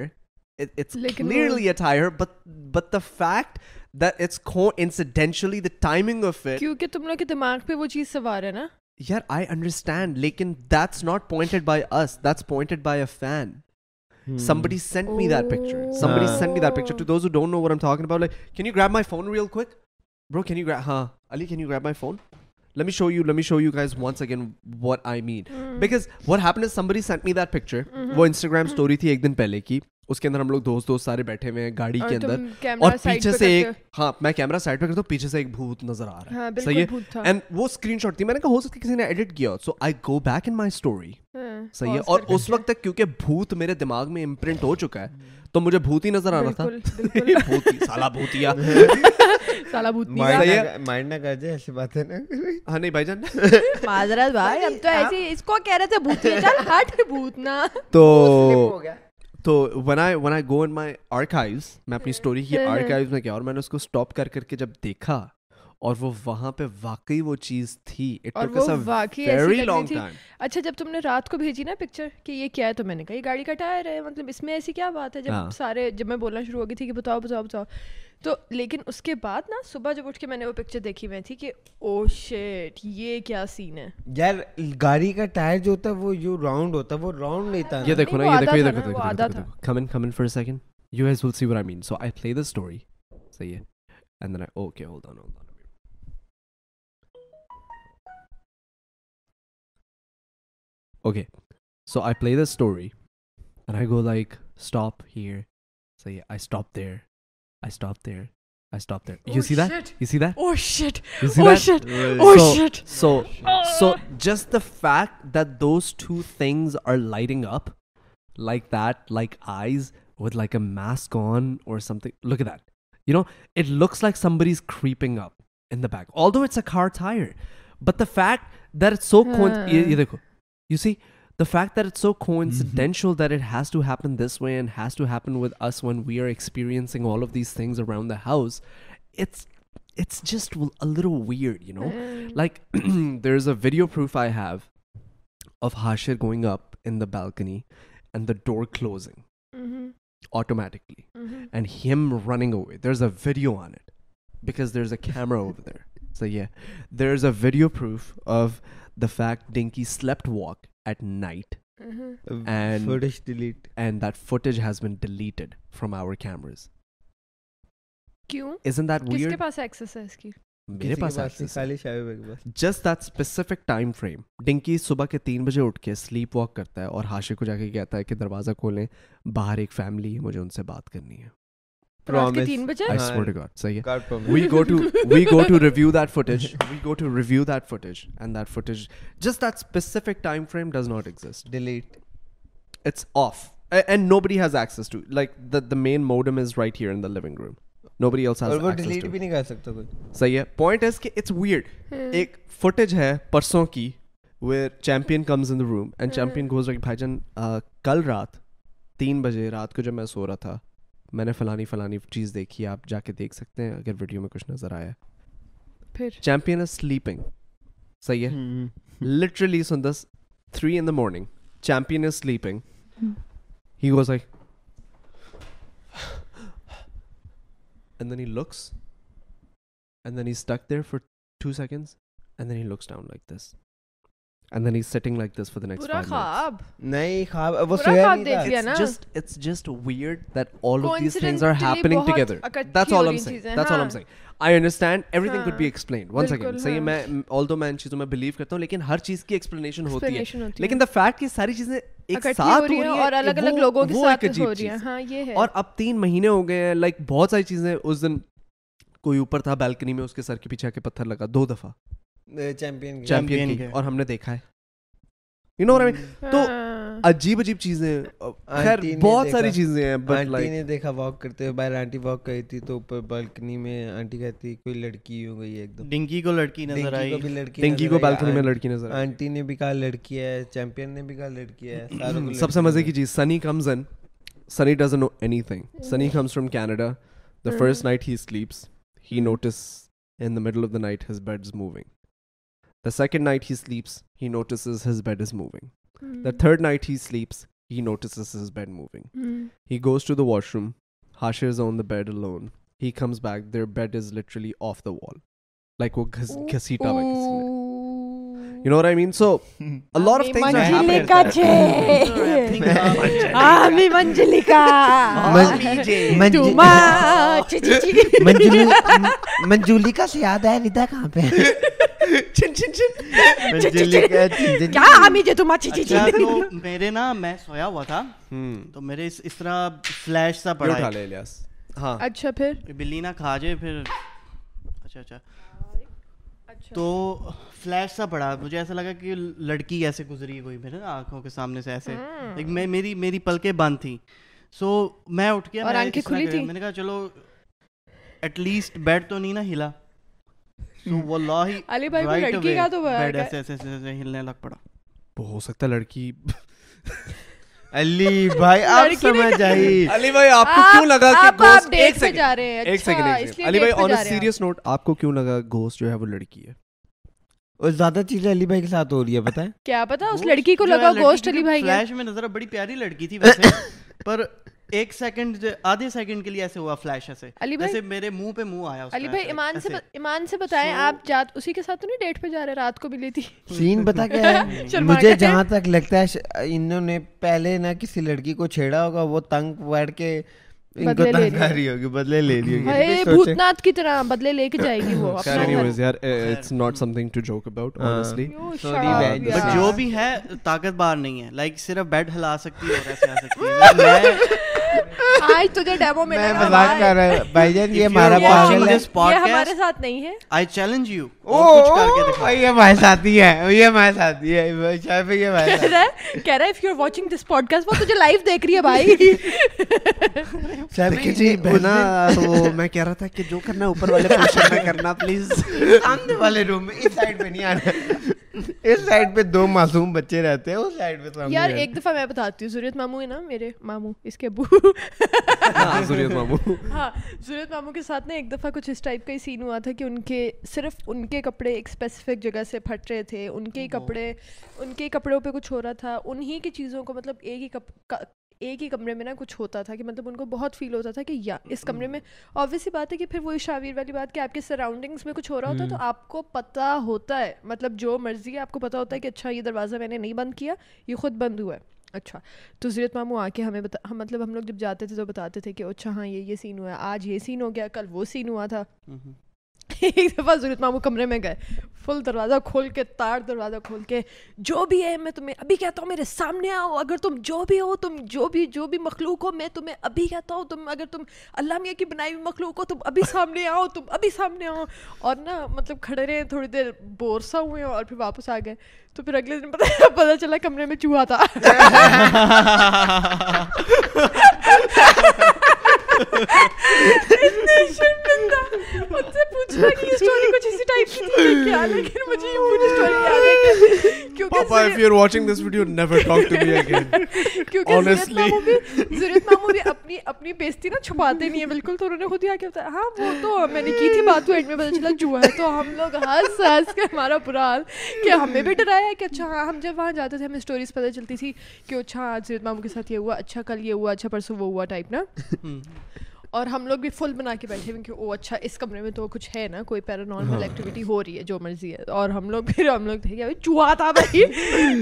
D: لیکن وہ-
A: clearly a tyre but the fact that it's coincidentally the timing of it
D: کیونکہ تم لوگ کے دماغ پہ وہ چیز سوار ہے نا
A: یار آئی انڈرسٹینڈ لیکن that's not pointed by us that's pointed by a fan
B: Hmm.
A: somebody sent me that picture somebody
E: Oh.
A: sent me that picture to those who don't know what i'm talking about like can you grab my phone real quick bro can you grab huh ali can you grab my phone let me show you let me show you guys once again what i mean because what happened is somebody sent me that picture
D: Mm-hmm.
A: وہ instagram story تھی ایک دن پہلے کی اس کے اندر ہم لوگ دوست دوست سارے بیٹھے ہوئے ہیں گاڑی
D: اور
A: کے
D: تم
A: اندر
D: کیمرہ
A: اور
D: سائڈ
A: پیچھے
D: پہ
A: سے ایک
D: کرتے
A: ہاں میں کیمرہ سائڈ پہ کرتا ہوں پیچھے سے ایک بھوت نظر آ
D: ہاں،
A: رہا ہے
D: بالکل
A: صحیح
D: بھوت
A: ہے
D: تھا۔
A: اینڈ وہ اسکرین شاٹ تھی میں نے کہا ہو سکتا ہے کسی نے ایڈٹ کیا سو آئی go back in my story
D: ہاں،
A: صحیح ہے
D: pause
A: اور
D: کر کر
A: اس
D: کے۔
A: وقت تک کیونکہ بھوت میرے دماغ میں امپرنٹ ہو چکا ہے تو مجھے بھوت ہی نظر آ رہا تھا
D: بالکل، بالکل۔
A: بھوت ہی سالا بھوتیا
D: سالہ بھوت
A: Mind-
D: نہیں
E: مائنڈ نہ کر جائے ایسی بات ہے نا
A: ہاں نہیں بھائی جان
D: معذرت بھائی ہم تو ایسے اس کو کہہ رہے تھے بھوت چل ہٹ بھوت نا
A: تو تو when I when I go in my archives میں اپنی اسٹوری کی
D: ہاں۔
A: آرکائیوز میں گیا اور میں نے اس کو اسٹاپ کر کر کے جب دیکھا اور وہ وہاں پہ واقعی وہ چیز تھی
D: اور وہ واقعی ایسی لگ رہی تھی اچھا جب تم نے رات کو بھیجی نا پکچر کہ یہ کیا ہے تو میں نے کہا یہ گاڑی کا ٹائر ہے مطلب اس میں ایسی کیا بات ہے
A: ہاں۔
D: جب سارے جب میں بولنا شروع ہو گئی تھی کہ بتاؤ بتاؤ بتاؤ تو لیکن اس کے بعد نا صبح جب اٹھ کے میں نے وہ پکچر دیکھی ہوئی تھی کہ او شیٹ یہ کیا سین ہے
E: یار گاڑی کا ٹائر جو ہوتا ہے وہ یو راؤنڈ ہوتا ہے وہ راؤنڈ نہیں تھا
A: یہ دیکھو نا یہ دیکھو یہ دیکھو دیکھو come on come on for second you has will see what I mean so I play the story صحیح ہے and then okay hold on hold on okay so I play the story and I go like stop here صحیح ہے I stop there I stop there I stop there you see that you see that
D: oh shit
A: You see
D: Oh,
A: that?
D: shit. Oh,
A: So,
D: shit.
A: so, so just the fact that those two things are lighting up like that, like eyes with like a mask on or something. Look at that. You know, it looks like somebody's creeping up in the back. Although it's a car tire, but the fact that it's so coin- ye- ye dekho. you see the fact that it's so coincidental that it has to happen this way and has to happen with us when we are experiencing all of these things around the house. It's it's just w- a little weird, you know. Like there's a video proof I have of Hashir going up in the balcony and the door closing automatically and him running away. There's a video on it because there's a camera over there. So yeah, there's a video proof of the fact Dinky slept walk at night And-
E: footage delete
A: and that footage has been deleted from our cameras.
D: کیوں
A: Isn't that
D: کس کے
A: weird?
D: پاس access ہے اس کی
A: میرے پاس access ہے۔
E: خالی شاہب کے پاس
A: just that specific time frame donkey صبح کے تین بجے اٹھ کے سلیپ واک کرتا ہے اور ہاشے کو جا کے کہتا ہے کہ دروازہ کھولیں باہر ایک فیملی ہے مجھے ان سے بات کرنی ہے
D: رات کے تین بجے
A: I
E: ہاں۔
A: swear to God, صحیح ہے
E: God promise.
A: we go to we go to review that footage we go to review that footage and that footage just that specific time frame does not exist
E: delete
A: it's off A- and nobody has access to it. like the the main modem is right here in the living room nobody else has
E: اور وہ
A: access
E: delete
A: to
E: بھی
A: it
E: نہیں کر سکتا کوئی
A: صحیح ہے point is کہ it's weird ایک footage ہے پرسوں کی where champion comes in the room and champion goes like بھائی جان آ، کل رات تین بجے رات کو جب میں سو رہا تھا میں نے فلانی فلانی چیز دیکھی آپ جا کے دیکھ سکتے ہیں اگر ویڈیو میں کچھ نظر آیا
D: پھر
A: چیمپئن از سلیپنگ صحیح ہے literally sun this three in the morning champion is sleeping he was I and then he looks and then he stick there for two seconds and then he looks down like this and then he sitting like this for the next
D: برا خواب
E: نہیں خواب وہ
D: برا
E: سویا
D: خواب
E: نہیں
D: دیکھ
E: تھا
D: لیا نا
A: just it's just weird that all of these things are happening together that's all i'm saying that's all i'm saying i understand everything could be explained once again صحیح ہے میں although میں ان چیزوں میں believe کرتا ہوں لیکن ہر چیز کی explanation ہوتی ہے لیکن the fact کہ ساری چیزیں ایک
D: اکٹھی
A: ساتھ
D: ہو رہی ہیں اور الگ الگ لوگوں کے ساتھ ہو رہی ہے ہاں یہ ہے
A: اور اب تین مہینے ہو گئے ہیں لائک بہت ساری چیزیں اس دن کوئی اوپر تھا بالکنی میں اس کے سر کے پیچھے آ کے پتھر لگا دو دفعہ
E: چیمپئن
A: چیمپئن اور ہم نے دیکھا ہے یو نو تو
D: ہاں۔
A: عجیب عجیب چیزیں خیر
E: آنٹی نے
A: بہت
E: دیکھا-
A: ساری چیزیں ہیں but
E: آنٹی
A: like-
E: نے دیکھا واک کرتے ہوئے باہر آنٹی واک کری تھی تو اوپر بالکنی میں آنٹی کہتی کوئی لڑکی ہو گئی ہے ایک دم
C: ڈنکی کو لڑکی نظر
E: ڈنکی
C: آئی
E: کو بھی لڑکی
A: ڈنکی
E: نظر
A: کو
E: آئی،
A: بالکنی میں
E: آن-
A: لڑکی نظر آئی۔
E: آنٹی نے بھی کہا لڑکی ہے چیمپئن نے بھی کہا لڑکی ہے ساروں کو
A: سب سے
E: لڑکی
A: مزے
E: ہے۔
A: کی چیز سنی comes in Sunni doesn't know anything Sunni comes from Canada the first night he sleeps he notices in the middle of the night his bed is moving the second night he sleeps he notices his bed is moving the
D: Mm-hmm.
A: Third night he sleeps he notices his bed moving he goes to the washroom Hashir is on the bed loan he comes back there bed is literally off the wall like وہ گھس- گھسیٹا ہوا ہے کسی نے you know I mean so lot of
D: منجلی
A: things
D: کا منجلی
E: منجولی کا سے یاد ہے ردا کہاں پہ
D: کیا حمیجے تم
C: اچھا تو میرے نا میں سویا ہوا تھا
A: Hmm.
C: تو میرے اس طرح فلیش سا پڑا
A: اٹھا لے الیاس ہاں
D: اچھا پھر
C: بلی نہ کھا جائے پھر اچھا اچھا
D: اچھا۔
C: تو فلیش سا پڑا مجھے ایسا لگا کہ لڑکی ایسے گزری کوئی میرے نا آنکھوں کے سامنے سے ایسے
D: ہاں۔
C: ایک میں میری میری پلکیں بند تھیں سو میں اٹھ گیا میں نے کہا چلو ایٹ لیسٹ بیڈ تو نہیں نا ہلا سو وہ لا ہی
D: علی بھائی کو لڑکی کا تو
C: ایسے ایسے ہلنے لگ پڑا
A: ہو سکتا ہے لڑکی
E: علی بھائی آپ
D: لڑکی نے
E: سمجھ آئی
A: علی بھائی آپ کو کیوں لگا کہ گوسٹ ایک سیکنڈ
D: جا رہے ہیں اچھا،
A: ایک سیکنڈ علی بھائی آن سیریس نوٹ آپ کو کیوں لگا گوسٹ جو ہے وہ لڑکی ہے
E: اور زیادہ چیزیں علی بھائی کے ساتھ ہو رہی ہے پتہ ہے
D: کیا پتا اس لڑکی کو لگا گوشت علی بھائی
C: فلیش میں نظر بڑی پیاری لڑکی تھی ویسے پر ایک سیکنڈ آدھے سیکنڈ کے لیے ایسے ہوا فلیش ایسے
D: علی بھائی
C: جیسے میرے منہ پہ منہ آیا
D: علی بھائی ایمان
C: اچھا۔
D: سے ایمان سے بتائیں آپ جات اسی کے ساتھ تو نہیں ڈیٹ پہ جا رہے رات کو ملی تھی
E: سین پتا کیا ہے
D: شرما
E: مجھے
D: کر دے۔
E: جہاں تک لگتا ہے ش- انہوں نے پہلے نہ کسی لڑکی کو چھیڑا ہوگا وہ تنگ بیٹھ کے ان کو
D: بدلے لے
E: تنگ
D: رہی
E: آ رہی ہوگی بدلے لے رہی ہوگی ابھی سوچے-
D: بھوت ناتھ کی طرح بدلے لے کے جائے گی وہ
A: خیر anyways eh, یار it's not something to joke about honestly
E: ہاں۔
C: بٹ جو بھی ہے طاقت بار نہیں ہے لائک صرف بیڈ ہلا سکتی ہے اور ایسے آ سکتی ہے
D: آج تجھے ڈیمو
E: میں مذاق کر رہا ہوں بھائی جان یہ ہمارا پاگل ہے
D: یہ ہمارے ساتھ نہیں ہے
C: آئی چیلنج یو
E: اوہ،
C: کچھ کر کے دکھا
E: بھائی یہ ہمارے ساتھی ہے یہ ہمارے ساتھی ہے شاید یہ ہمارے ساتھی
D: کہہ رہا ہے کہہ رہا ہے if you are watching this podcast وہ تجھے لائیو دیکھ رہی ہے بھائی
A: جی بنا تو میں کہہ رہا تھا کہ جو کرنا اوپر والے پورشن میں کرنا پلیز
E: سامنے والے روم میں اس سائڈ پہ نہیں آنا اس سائڈ پہ دو معصوم بچے رہتے ہیں اس سائڈ پہ سامنے
D: یار
E: رہتے ہیں۔
D: ایک دفعہ میں بتاتی ہوں ضرورت ماموں ہے نا میرے ماموں اس کے ابو
A: ضروریت مامو
D: ہاں ضرورت ماموں کے ساتھ نا ایک دفعہ کچھ اس ٹائپ کا ہی سین ہوا تھا کہ ان کے صرف ان کے کپڑے ایک اسپیسیفک جگہ سے پھٹ رہے تھے ان کے ہی کپڑے ان کے کپڑوں پہ کچھ ہو رہا تھا انہی کی چیزوں کو مطلب ایک ہی کپ کا- ایک ہی کمرے میں نا کچھ ہوتا تھا کہ مطلب ان کو بہت فیل ہوتا تھا کہ یا اس کمرے میں آبویسلی بات ہے کہ پھر وہی شاویر والی بات کہ آپ کے سراؤنڈنگس میں کچھ ہو رہا ہوتا ہے تو آپ کو پتہ ہوتا ہے مطلب جو مرضی ہے آپ کو پتہ ہوتا ہے کہ اچھا یہ دروازہ میں نے نہیں بند کیا یہ خود بند ہوا ہے اچھا تو زیرت ماموں آ کے ہمیں بتا ہم مطلب ہم لوگ جب جاتے تھے تو بتاتے تھے کہ اچھا ہاں یہ یہ سین ہوا ہے آج یہ سین ہو گیا کل وہ سین ہوا تھا ایک دفعہ ضرورت ماموں کمرے میں گئے فل دروازہ کھول کے تار دروازہ کھول کے جو بھی ہے میں تمہیں ابھی کہتا ہوں میرے سامنے آؤ اگر تم جو بھی ہو تم جو بھی جو بھی مخلوق ہو میں تمہیں ابھی کہتا ہوں تم اگر تم اللہ میاں کی بنائی ہوئی مخلوق ہو تم ابھی سامنے آؤ تم ابھی سامنے آؤ اور نا مطلب کھڑے رہے تھوڑی دیر بور سا ہوئے اور پھر واپس آ گئے تو پھر اگلے دن پتہ پتہ چلا کمرے میں چوہا تھا اتنے شرمندہ ان سے پوچھنا کہ یہ اسٹوری کچھ اسی ٹائپ کی تھی یا کیا لیکن مجھے یہ پوری اسٹوری یاد ہے کہ- کیونکہ
A: پاپا اف
D: زیر-
A: you are watching this video never talk to me again
D: کیونکہ زیرت
A: Honestly.
D: ماموں بھی زیرت ماموں بھی اپنی اپنی بیزتی نا چھپاتے نہیں ہیں بالکل تو انہوں نے خود ہی آ کے بتایا ہاں وہ تو میں نے کی تھی بات تو اینڈ میں پتہ چلا جوا ہے تو ہم لوگ ہنس ہنس کے ہمارا برا حال کہ ہمیں بھی ڈرایا ہے کہ اچھا ہاں ہم جب وہاں جاتے تھے ہمیں اسٹوریز پتہ چلتی تھی کہ اچھا آج زیرت ماموں کے ساتھ یہ ہوا اچھا کل یہ ہوا اچھا پرسوں وہ ہوا ٹائپ نا اور ہم لوگ بھی فل بنا کے بیٹھے ہوئے ہیں کہ او اچھا اس کمرے میں تو کچھ ہے نا کوئی
A: ہاں۔
D: پیرانارمل ایکٹیویٹی ہو رہی ہے جو مرضی ہے اور ہم لوگ پھر ہم لوگ تھے کہ ابھی چوہا تھا بھائی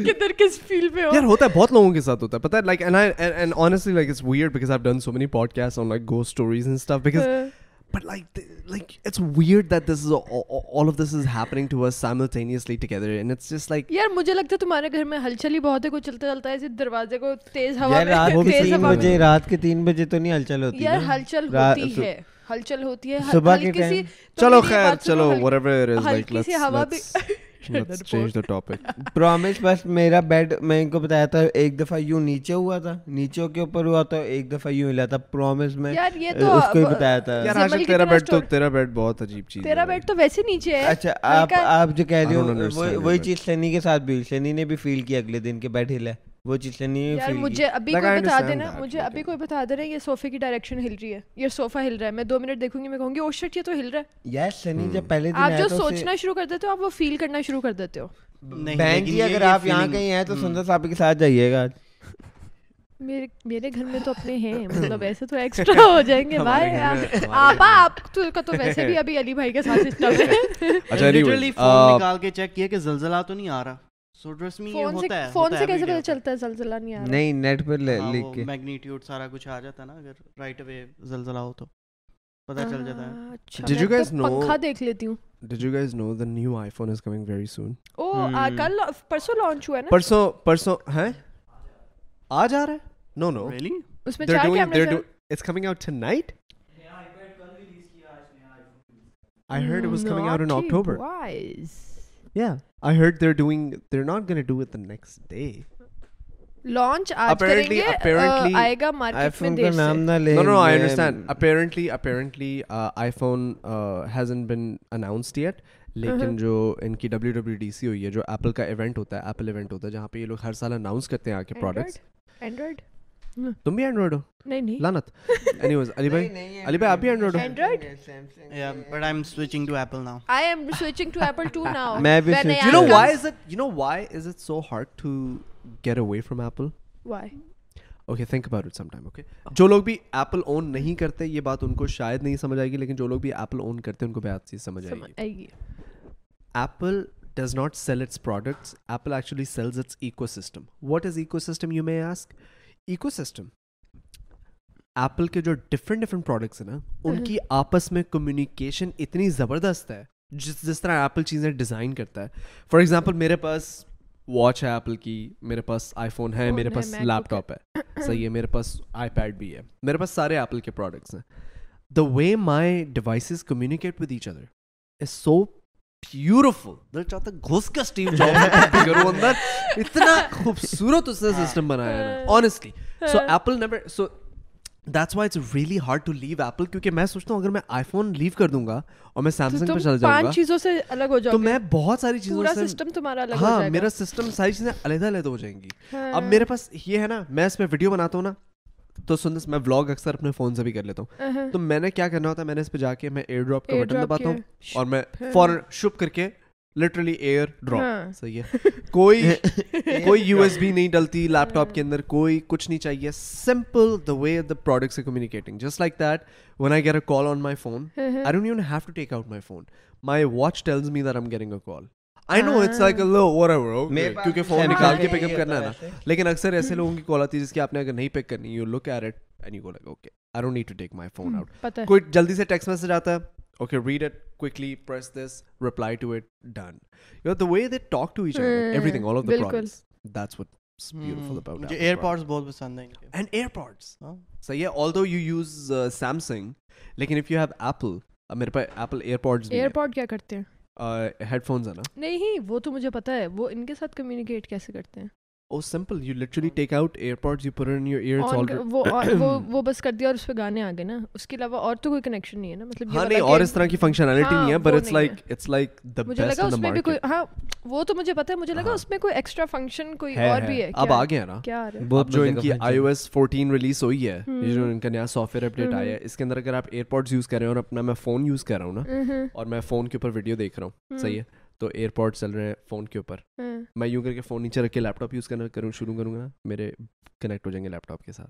D: کدھر کس فیلڈ میں
A: یار
D: ہو
A: ہوتا ہے بہت لوگوں کے ساتھ ہوتا ہے پتہ ہے like and I and honestly like it's weird because I have done so many podcast on like go stories and stuff because
D: ہاں۔
A: But like, th- like it's weird that this is all, all all of this is happening to us simultaneously together, and it's just like
D: یار مجھے لگتا ہے تمہارے گھر میں ہلچل ہی بہت ہے کوئی چلتا چلتا ہے ایسے دروازے کو تیز ہوا
E: یار رات
D: میں
E: کے
D: تیز
E: تین
D: ہوا میں
E: بجے رات کے تین بجے تو نہیں ہلچل ہوتی
D: یار
E: نا۔
D: ہلچل
E: را-
D: ہوتی
E: سو-
D: ہے ہلچل ہوتی ہے
E: صبح کے time-
A: چلو خیر چلو whatever it is like
D: ہلکی
A: let's
D: سی ہوا بھی
A: let's Let's change the topic.
E: Promise بس میرا بیڈ میں ان کو بتایا تھا ایک دفعہ یوں نیچے ہوا تلا نیچے کے اوپر ہوا تھا ایک دفعہ یوں ہلا تھا پرومس میں
D: یار یہ تو
E: اس کو بتایا تھا
A: یار
D: زمل
A: آشر
D: کی
A: تیرا
D: طرح
A: بیڈ تو
D: story-
A: تیرا بیڈ بہت عجیب چیز
D: تیرا بیڈ تو ویسے نیچے ہے
E: اچھا آپ آپ جو کہہ رہے ہو وہی چیز سنی کے ساتھ بھی سنی نے بھی فیل کیا اگلے دن کے بیڈ ہلا وہ چیز سنی
D: یار مجھے ابھی کوئی بتا دینا مجھے ابھی کوئی بتا دے رہا ہے یہ سوفے کی ڈائریکشن ہل رہی ہے یہ سوفا ہل رہا ہے میں دو منٹ دیکھوں گی میں کہوں گی او شٹ یہ تو ہل رہا ہے
E: یار سنی
A: Hmm.
E: جب پہلے
D: آپ جو
E: دن
D: سوچنا شروع کر دیتے ہو آپ وہ فیل کرنا شروع کر دیتے ہو
E: بہن جی اگر آپ یہاں کہیں ہیں تو
A: Hmm.
E: سندر صاحب کے ساتھ جائیے گا
D: میرے میرے گھر میں تو اپنے ہیں مطلب ایسے تو ایکسٹرا ہو جائیں گے بھائی آپا آپ کا تو ویسے بھی ابھی علی بھائی کے ساتھ سسٹم ہے
A: اچھا anyway, آ،
C: نکال کے چیک کیا کہ زلزلہ تو نہیں آ رہا سو ٹرسٹ می یہ
D: فون سے
C: ہوتا ہے
D: فون سے کیسے پتا چلتا ہے زلزلہ نہیں آ رہا
E: نہیں نیٹ پہ
A: ہاں،
E: لکھ کے
C: میگنیٹیوڈ ہاں، سارا کچھ آ جاتا نا اگر رائٹ اوے زلزلہ ہو تو پتہ چل جاتا
A: ہاں۔
C: ہے
D: اچھا پنکھا دیکھ لیتی ہوں
A: Did you guys know the new iPhone is coming very soon?
D: O
C: Hmm.
D: کل پرسوں لانچ ہوا ہے نا
A: پرسوں پرسوں ہیں آج آ رہا ہے نو نو
C: ریلی
D: اس میں چار کیمرے
A: it's coming out tonight I
D: Mm,
A: heard it was coming out in October. Yeah, I heard they're doing. They're not gonna do it the next day.
D: Launch آج کریں گے آئے گا
E: آئی
D: مارکیٹ میں
E: فون کا
D: دیر
E: نام
D: سے
E: نہ لے
A: No, no, no. I understand. Apparently, apparently, uh, iPhone uh, hasn't been announced yet. لیکن جو ان کی ڈبلیو ڈبلیو ڈی سی ہوئی ہے جو ایپل کا ایونٹ ہوتا ہے ایپل ایونٹ ہوتا ہے جہاں پہ یہ لوگ ہر سال اناؤنس کرتے ہیں آ کے پروڈکٹس
D: اینڈرائڈ
A: تم بھی اینڈرائڈ ہو
D: نہیں نہیں
A: لانت اینی ویز علی بھائی علی بھائی آپ بھی اینڈرائڈ ہو
D: اینڈرائڈ
C: یا but I am switching to Apple now
D: I am switching to Apple to now
E: میں بھی switch-
A: You know why is it? You know why is it so hard to get away from Apple?
D: Why
A: Okay, think about it sometime. Okay, جو لوگ بھی Apple own نہیں کرتے یہ بات ان کو شاید نہیں سمجھ آئے گی لیکن جو لوگ بھی Apple own کرتے ہیں ان کو بہت چیز سمجھ آئے گی
D: آئے گی
A: Apple does not sell its products. Apple actually sells its ecosystem. What is ecosystem? You may ask. Ecosystem. Apple کے جو ڈفرینٹ ڈفرینٹ پروڈکٹس ہیں نا ان کی آپس میں کمیونیکیشن اتنی زبردست ہے جس جس طرح ایپل چیزیں ڈیزائن کرتا ہے فار ایگزامپل میرے پاس واچ ہے ایپل کی میرے پاس آئی فون ہے میرے پاس لیپ ٹاپ ہے صحیح ہے میرے پاس آئی پیڈ بھی ہے میرے پاس سارے ایپل کے پروڈکٹس ہیں the way my devices communicate with each other is so beautiful دل چاہتا ہے گھس کا اسٹیم کروں اندر اتنا خوبصورت اس نے سسٹم بنایا ہے نا honestly so Apple never so that's why it's really hard to leave Apple کیونکہ میں سوچتا ہوں اگر میں آئی فون لیو کر دوں گا اور میں سیمسنگ پہ چل جاؤں
D: پانچ
A: گا
D: چیزوں سے الگ ہو جاؤ
A: تو میں بہت ساری
D: پورا
A: چیزوں سے
D: سسٹم تمہارا الگ ہو
A: ہاں
D: جائے ہاں،
A: میرا سسٹم ساری چیزیں علیحدہ علیحدہ ہو جائیں گی اب میرے پاس یہ ہے نا میں اس میں ویڈیو بناتا ہوں نا تو سن میں بلاگ اکثر اپنے فون سے بھی کر لیتا
D: ہاں،
A: ہوں تو میں نے کیا کرنا ہوتا ہے میں نے اس پہ جا کے میں ایئر ڈراپ کا بٹن دباتا ہوں اور میں فوراً شپ کر کے لٹرلی ایئر ڈراپ صحیح ہے کوئی کوئی یو ایس بی نہیں ڈلتی لیپ ٹاپ کے اندر کوئی کچھ نہیں چاہیے simple the way the products communicating just like that when I get a call on my phone
D: ہاں،
A: I don't have to take out my phone my watch tells me that am getting a call I know it's like کیونکہ phone نکال کے پک اپ کرنا ہے نا لیکن اکثر ایسے لوگوں کی کال آتی ہے جس کی آپ نے اگر نہیں پک کرنی you look at it and you go like okay I don't need to take my
D: Hmm.
A: Phone out
D: پتا
A: کوئی جلدی سے ٹیکسٹ میسج آتا ہے okay read it quickly press this reply to it done you the way they talk to each other everything all of the
D: بالکل۔
A: Products that's what's بیوٹیفul about
C: Hmm. مجھے
A: Apple
C: air
A: products.
C: Pods بہت پسند ہیں ان کے
A: and AirPods
C: ہاں
A: صحیح ہے although you use uh, Samsung لیکن if you have Apple اب میرے پاس Apple AirPods Uh, بھی
D: ایئر پورٹ کیا کرتے ہیں
A: ہیں ہیڈ فونز ہیں نا
D: نہیں وہ تو مجھے پتا ہے وہ ان کے ساتھ کمیونیکیٹ کیسے کرتے ہیں
A: Oh, simple. You literally take out AirPods, you put it in your ear, it's all good.
D: وہ بس کر دیا اور اس پہ گانے آ گئے نا اس کے علاوہ اور تو کوئی کنیکشن نہیں ہے نا
A: ہاں نہیں اور اس
D: مطلب
A: طرح کی فنکشنالٹی نہیں ہے but it's like it's like the
D: مجھے
A: بیسٹ
D: لگا
A: ان
D: اس
A: دا
D: میں بھی کوئی
A: مارکیٹ
D: ہاں وہ تو مجھے پتا ہے مجھے لگا اس میں کوئی ایکسٹرا فنکشن کوئی اور بھی ہے
A: ہاں۔ اب آ گیا نا
D: کیا آ رہا ہے
A: اب جو ان کی I O S fourteen release ہوئی ہے یہ جو ان کا نیا سافٹ ویئر اپڈیٹ آیا ہے اس کے اندر اگر آپ ایئرپوڈس یوز کر رہے ہیں اور اپنا میں فون یوز کر رہا ہوں نا اور میں فون کے اوپر ویڈیو دیکھ رہا ہوں صحیح ہے تو ایئرپوڈ چل رہے ہیں فون کے اوپر
D: ہاں۔
A: میں یوں کر کے فون نیچے رکھ کے لیپ ٹاپ یوز کرنا کروں شروع کروں گا نا میرے کنیکٹ ہو جائیں گے لیپ ٹاپ کے ساتھ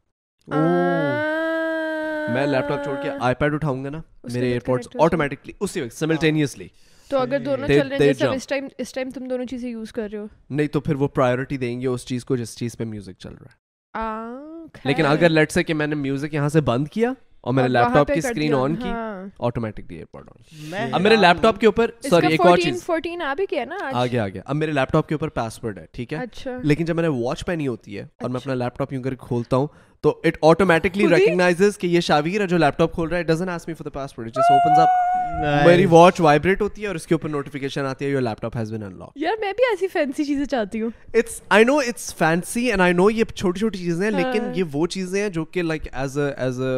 D: ہاں۔
A: میں لیپ ٹاپ چھوڑ کے آئی پیڈ اٹھاؤں گا نا میرے ایئرپوڈس آٹومیٹکلی اسی وقت سملٹینیسلی
D: تو اگر دونوں چل رہے ہیں اس ٹائم اس ٹائم تم دونوں چیزیں یوز کر رہے ہو
A: نہیں تو پھر وہ پرائیورٹی دیں گے اس چیز کو جس چیز پہ میوزک چل رہا ہے
D: ہاں۔
A: لیکن اگر لیٹ سے کہ میں نے میوزک یہاں سے بند کیا اور میں نے لیپ ٹاپ کی اسکرین آن کی
D: ہاں۔
A: آٹومیٹکلی ایئرپوڈ آن
C: میں
A: اب میرے لیپ ٹاپ کے اوپر سوری ایک اور چیز
D: فورٹین آ بھی کیا نا
A: آ گیا آ گیا اب میرے لیپ ٹاپ کے اوپر پاسورڈ ہے ٹھیک ہے
D: اچھا
A: لیکن جب میں نے واچ پہنی ہوتی ہے اور میں اپنا لیپ ٹاپ یوں کر کے کھولتا ہوں تو اٹ آٹومیٹکلی
D: خود ہی؟
A: ریکگنائز کہ یہ شاویر ہے جو لیپ ٹاپ کھول رہا ہے doesn't ask me for the password it just opens up میری واچ وائبریٹ ہوتی ہے اور اس کے اوپر نوٹیفیکیشن آتی ہے your laptop has been unlocked
D: یار میں بھی ایسی فینسی چیزیں چاہتی ہوں
A: it's I know it's fancy and I know یہ چھوٹی چھوٹی چیزیں ہیں لیکن
D: ہاں۔
A: یہ وہ چیزیں ہیں جو کہ like as a as a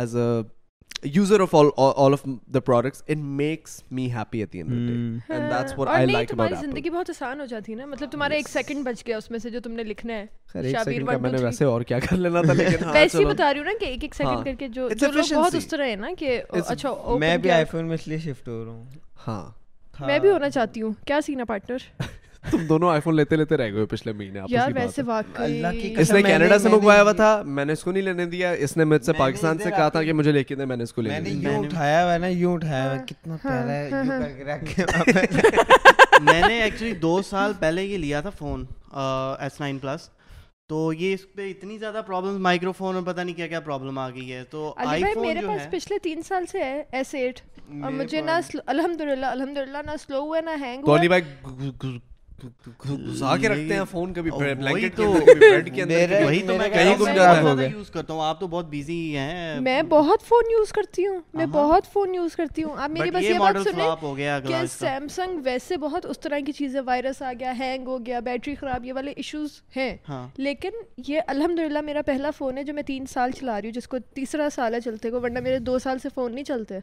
A: as a user of all of the products it makes me happy at the end
D: Hmm.
A: And that's what
D: اور
A: آئی
D: نہیں،
A: لائک
D: تمہاری
A: اباؤٹ
D: زندگی بہت آسان ہو جاتی ہے نا مطلب تمہارا ایک سیکنڈ بچ گیا اس میں سے جو تم نے لکھنا
A: خیر
D: ہے
A: ایک
D: شابیر
A: سیکنڈ کا
D: one,
A: میں نے
D: two, three.
A: ویسے اور کیا کر لینا تھا لیکن ہاں
D: ویسے ہی
A: چلو
D: بتا رہی ہوں نا کہ ایک ایک
A: ہاں.
D: سیکنڈ کر کے جو
A: It's
D: جو لوگ بہت
A: efficiency.
D: اس طرح ہیں نا کہ
A: It's-
D: اچھا
E: میں
D: open
E: بھی
D: کیا-
E: آئی فون میں اس لیے شفٹ ہو رہا ہوں
A: ہاں
D: میں بھی ہونا چاہتی ہوں کیا سینا پارٹنر
A: تم دونوں آئی فون لیتے لیتے رہ گئے پچھلے مہینے
D: یار ویسے واقعی
C: اللہ کی
A: اس نے کینیڈا سے منگوایا ہوا تھا میں نے اس کو نہیں لینے دیا اس نے مجھ سے پاکستان سے کہا تھا کہ مجھے لے کے دے میں نے اس کو
E: میں نے
A: لینے
E: یوں اٹھایا ہوا ہے نا یوں اٹھایا ہوا ہے کتنا پیارا ہے یوں کر کے رکھ کے
C: میں نے ایکچولی دو سال پہلے یہ لیا تھا فون ایس نائن پلس تو یہ اس پہ اتنی زیادہ پرابلم مائکرو فون اور پتہ نہیں کیا کیا پرابلم آ گئی ہے تو
D: علی
C: آئی
D: بھائی
C: فون
D: میرے
C: جو
D: پاس
C: ہے
D: پچھلے تین سال سے ہے ایس ایٹ اور مجھے نہ الحمد للہ الحمد للہ نہ سلو ہوا نہ ہینگ ہوا
A: کولی بھائی گھسا کے رکھتے ہیں فون کبھی بلینکٹ کے اندر کبھی بیڈ کے اندر
C: وہی تو میں
A: کہیں گم جاتا ہے
C: یوز کرتا ہوں آپ تو بہت بزی ہیں
D: میں بہت فون یوز کرتی ہوں میں بہت فون یوز کرتی ہوں آپ میری بس یہ بات
C: ماڈل فلاپ ہو
D: سنیں
C: گیا
D: کہ سیمسنگ ویسے بہت اس طرح کی چیزیں وائرس آ گیا ہینگ ہو گیا بیٹری خراب یہ والے ایشوز ہیں
C: ہاں
D: لیکن یہ الحمد للہ میرا پہلا فون ہے جو میں تین سال چلا رہی ہوں جس کو تیسرا سال ہے چلتے کو ورنہ میرے دو سال سے فون نہیں چلتے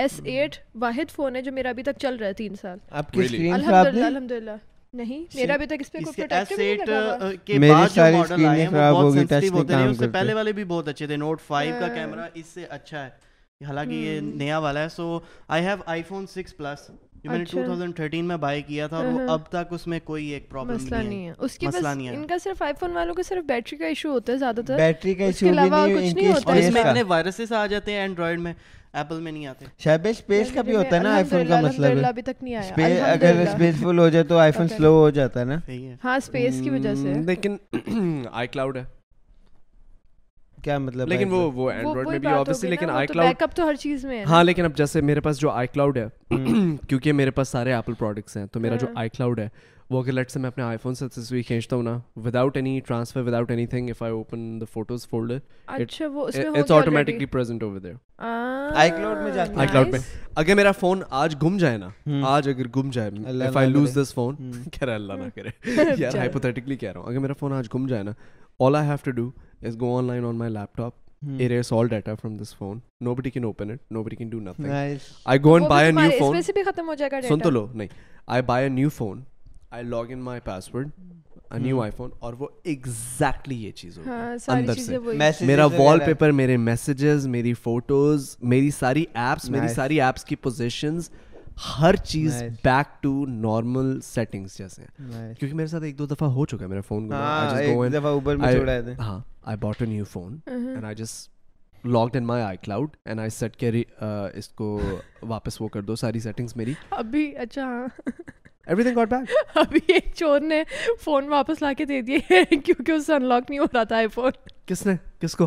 D: ایس ایٹ واحد فون ہے جو میرا ابھی تک چل رہا ہے تین سال
E: آپ کی اسکرین
D: الحمد
E: خراب
D: للہ
E: نہیں
D: الحمد للہ نہیں میرا ابھی تک اس پہ
C: اس
D: کوئی
C: کے
D: پروٹیکٹو نہیں
C: S8
D: لگا ہوا
C: کے بعد جو ماڈل
E: میری ساری screen
C: آئے ہیں
E: خراب
C: وہ
E: ہو
C: بہت
E: گئی, touch
C: sensitive ہوتے ہیں
E: نہیں کام
C: اس سے
E: کرتے۔
C: پہلے والے بھی بہت اچھے تھے نوٹ 5
D: ہاں۔
C: کا کیمرہ اس سے اچھا ہے حالانکہ یہ نیا والا ہے so I have iPhone 6 plus جو میں نے
D: اچھا۔
C: 2013 میں بائی کیا تھا اور وہ اب تک اس میں کوئی ایک پرابلم
D: ہاں مسئلہ نہیں ہے اس کی بس
C: مسئلہ نہیں ہے
D: ان کا صرف آئی فون والوں کا صرف بیٹری کا ایشو ہوتا ہے زیادہ تر
E: بیٹری کا
D: اس کے
E: ایشو بھی
D: علاوہ اور
E: نہیں
D: کچھ نہیں ہوتا
E: ان کی
C: اور اس
E: اسپیس
C: میں
E: کا
C: اتنے وائرسز آ جاتے ہیں اینڈرائڈ میں ایپل میں نہیں آتے
E: شاید اسپیس کا بھی ہوتا ہے نا آئی فون کا مسئلہ بھی
D: ابھی تک نہیں
E: Space- اگر
D: آیا
E: اسپیس فل ہو جائے تو آئی فون
D: پتہ
E: سلو ہو جاتا ہے نا
C: صحیح ہے
D: ہاں اسپیس کی وجہ سے
A: لیکن آئی کلاؤڈ ہے
E: کیا مطلب
A: لیکن وہ وہ اینڈرائڈ میں بھی آبویسلی لیکن آئی کلاؤڈ
D: بیک اپ تو ہر چیز میں ہے
A: ہاں لیکن اب جیسے میرے پاس جو آئی کلاؤڈ ہے کیونکہ میرے پاس سارے ایپل پروڈکٹس ہیں تو میرا جو
D: ہاں۔
A: آئی کلاؤڈ ہے وہ اگر لیٹ سے میں اپنے آئی فون سے تصویر کھینچتا ہوں نا without any transfer without anything if I open the photos folder
D: اچھا وہ اس میں
A: it's automatically present over there iCloud پہ اگر میرا فون آج گم جائے نا آج اگر گم جائے if I lose this phone کہہ رہا اللہ نہ کرے یار ہائپوتھیٹکلی کہہ رہا ہوں اگر میرا فون آج گم جائے نا all I have to do is go online on my laptop erase all data from this phone nobody can open it nobody can do nothing I go and buy a new phone
D: اس سے بھی ختم ہو جائے گا
A: سن تو لو نہیں I buy a new phone I log in my password new iPhone اور وہ ایگزیکٹلی یہ چیز ہوگی
D: ہاں ساری
A: اندر
D: چیزیں
A: سے
D: وہی
A: میرا وال پیپر میرے میسیجز میری فوٹوز میری ساری ایپس میری
E: Nice.
A: ساری ایپس کی پوزیشنز ہر چیز
E: Nice.
A: Back to normal settings جیسے ہیں کیونکہ میرے ساتھ ایک دو دفعہ ہو چکا ہے میرا فون ہاں I bought a new phone
D: Mm-hmm.
A: And I just logged in my iCloud and I set کے اس کو واپس وہ کر دو ساری سیٹنگس میری
D: ابھی اچھا ہاں
A: ایوری تھنگ گاٹ بیک
D: ابھی ایک چور نے فون واپس لا کے دے دیے کیونکہ اس سے انلاک نہیں ہو رہا تھا آئی فون
A: کس نے کس کو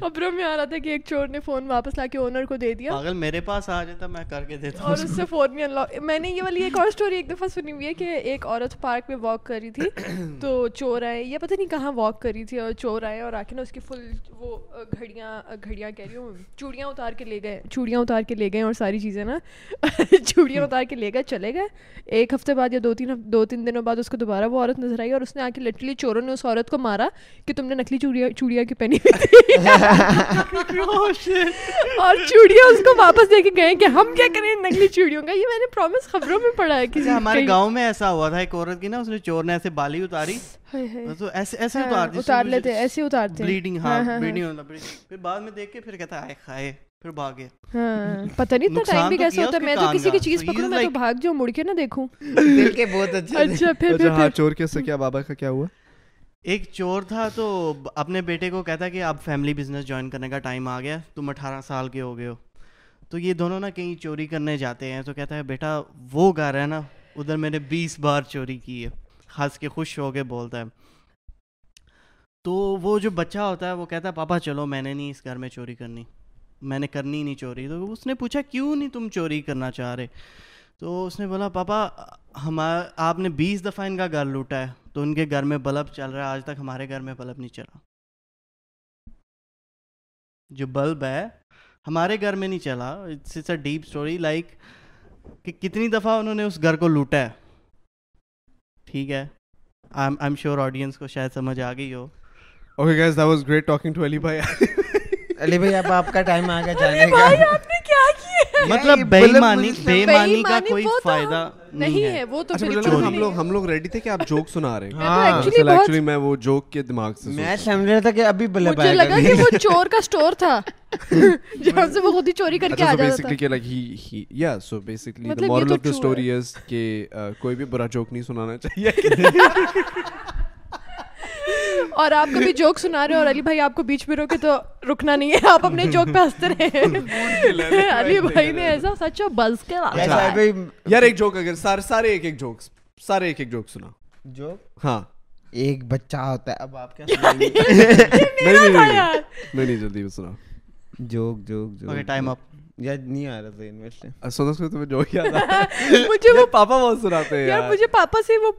D: خبروں میں آ رہا تھا کہ ایک چور نے فون واپس لا کے اونر کو دے دیا
C: پاگل میرے پاس آ جاتا میں کر کے دیتا
D: اور اس سے فون نہیں unlock- میں نے یہ والی ایک اور اسٹوری ایک دفعہ سنی ہوئی ہے کہ ایک عورت پارک میں واک کر رہی تھی تو چور آئے یا پتہ نہیں کہاں واک کر رہی تھی اور چور آئے اور آ کے نا اس کی فل وہ اہ، گھڑیاں اہ، گھڑیاں کہہ رہی ہوں چوڑیاں اتار کے لے گئے چوڑیاں اتار کے لے گئے اور ساری چیزیں نا چوڑیاں اتار کے لے گئے چلے گئے ایک ہفتے بعد یا دو تین ہف- دو تین دنوں بعد اس کو دوبارہ وہ عورت نظر آئی اور اس نے آ کے لٹرلی چوروں نے اس عورت کو مارا کہ تم نے نکلی چوڑیاں چوڑیاں کی پہنی ہوئی تھی اور چوڑیاں اس کو واپس دے کے گئے کہ ہم کیا کریں ان نکلی چوڑیوں کا یہ میں نے پرومس خبروں میں پڑھا ہے کسی
C: ہمارے
D: کہیں-
C: گاؤں میں ایسا ہوا تھا ایک عورت کی نا اس نے چور نے ایسے بالی اتاری
D: ہائے ہائے۔
C: تو ایسے ایسے
D: ہاں،
C: اتار دی
D: اتار لیتے ہیں ایسے اتارتے ہیں
C: بلیڈنگ ہاں بلیڈنگ ہونا پھر بعد میں دیکھ کے پھر کہتا ہے آئے کھائے پھر بھاگ گیا
D: ہاں پتہ نہیں اتنا ٹائم بھی کیسے ہوتا ہے میں تو کسی کی چیز پکڑوں میں تو بھاگ جاؤں مڑ کے نہ دیکھوں
E: بہت اچھا
D: اچھا پھر
A: اچھا ہاں
D: پھر
A: چور کے سے کیا بابا کا کیا ہوا
C: ایک چور تھا تو اپنے بیٹے کو کہتا کہ اب فیملی بزنس جوائن کرنے کا ٹائم آ گیا تم اٹھارہ سال کے ہو گئے ہو تو یہ دونوں نا کہیں چوری کرنے جاتے ہیں تو کہتا ہے بیٹا وہ گھر ہے نا ادھر میں نے بیس بار چوری کی ہے ہنس کے خوش ہو کے بولتا ہے تو وہ جو بچہ ہوتا ہے وہ کہتا ہے پاپا چلو میں نے نہیں اس گھر میں چوری کرنی میں نے کرنی نہیں چوری تو اس نے پوچھا کیوں نہیں تم چوری کرنا چاہ رہے تو اس نے بولا پاپا ہمارا آپ نے بیس دفعہ ان کا گھر لوٹا ہے تو ان کے گھر میں بلب چل رہا ہے آج تک ہمارے گھر میں بلب نہیں چلا جو بلب ہے ہمارے گھر میں نہیں چلا it's a deep story like کہ کتنی دفعہ انہوں نے اس گھر کو لوٹا ہے ٹھیک ہے آئی ایم شیور آڈینس کو شاید سمجھ آ گئی ہو
A: Okay, guys, that was great talking to Ali bhai.
E: علی بھائی اب آپ کا ٹائم آ گیا
D: ارے
E: جانے
D: بھائی
E: کا
D: آپ نے کیا کیا ہے
C: مطلب بے ایمانی بے ایمانی کا
D: بےایمانی
C: کوئی
D: وہ تو
C: فائدہ
D: نہیں ہے وہ تو
A: اچھا مجھے لگا
D: بالکل
A: ہم
D: نہیں
A: لوگ اچھا، ہم لوگ ریڈی تھے کہ آپ جوک سنا رہے ہیں
D: ہے
E: ہاں
D: ایکچولی بہت
A: ایکچولی میں وہ جوک کے دماغ سے
E: میں سمجھ رہا تھا کہ ابھی بلب
D: مجھے
E: آئے
D: لگا کہ
E: گا
D: وہ چور کا سٹور تھا جہاں سے وہ خود ہی چوری کر کے آ جاتا
A: بیسکلی اچھا، کہ لائک ہی ہی یا سو بیسکلی
D: مطلب
A: دی
D: یہ
A: مورل
D: تو
A: آف دی
D: true ہے۔
A: اسٹوری از کہ uh, کوئی بھی برا جوک نہیں سنانا چاہیے
D: تھا اور آپ کبھی جوک سنا رہے اور علی بھائی آپ کو بیچ میں روکے تو رکنا نہیں ہے آپ اپنے جوک پہ ہنستے رہے علی بھائی نے ایسا سچا بز کے
E: ایسا کوئی
A: یار ایک جوک اگر سارے سارے ایک ایک جوکس سارے ایک ایک جوک سنا
E: جو
A: ہاں
E: ایک بچہ ہوتا ہے اب آپ کیا
A: نہیں نہیں نہیں نہیں جلدی سنا
E: joke joke
C: okay
E: joke
C: time up
E: یار نہیں آ رہا ذہن میں اس سے
A: سونا سو اچھا، تمہیں جوک یاد آیا
D: مجھے وہ
A: پاپا بہت سناتے ہیں
D: یار
A: یار
D: مجھے پاپا سے وہ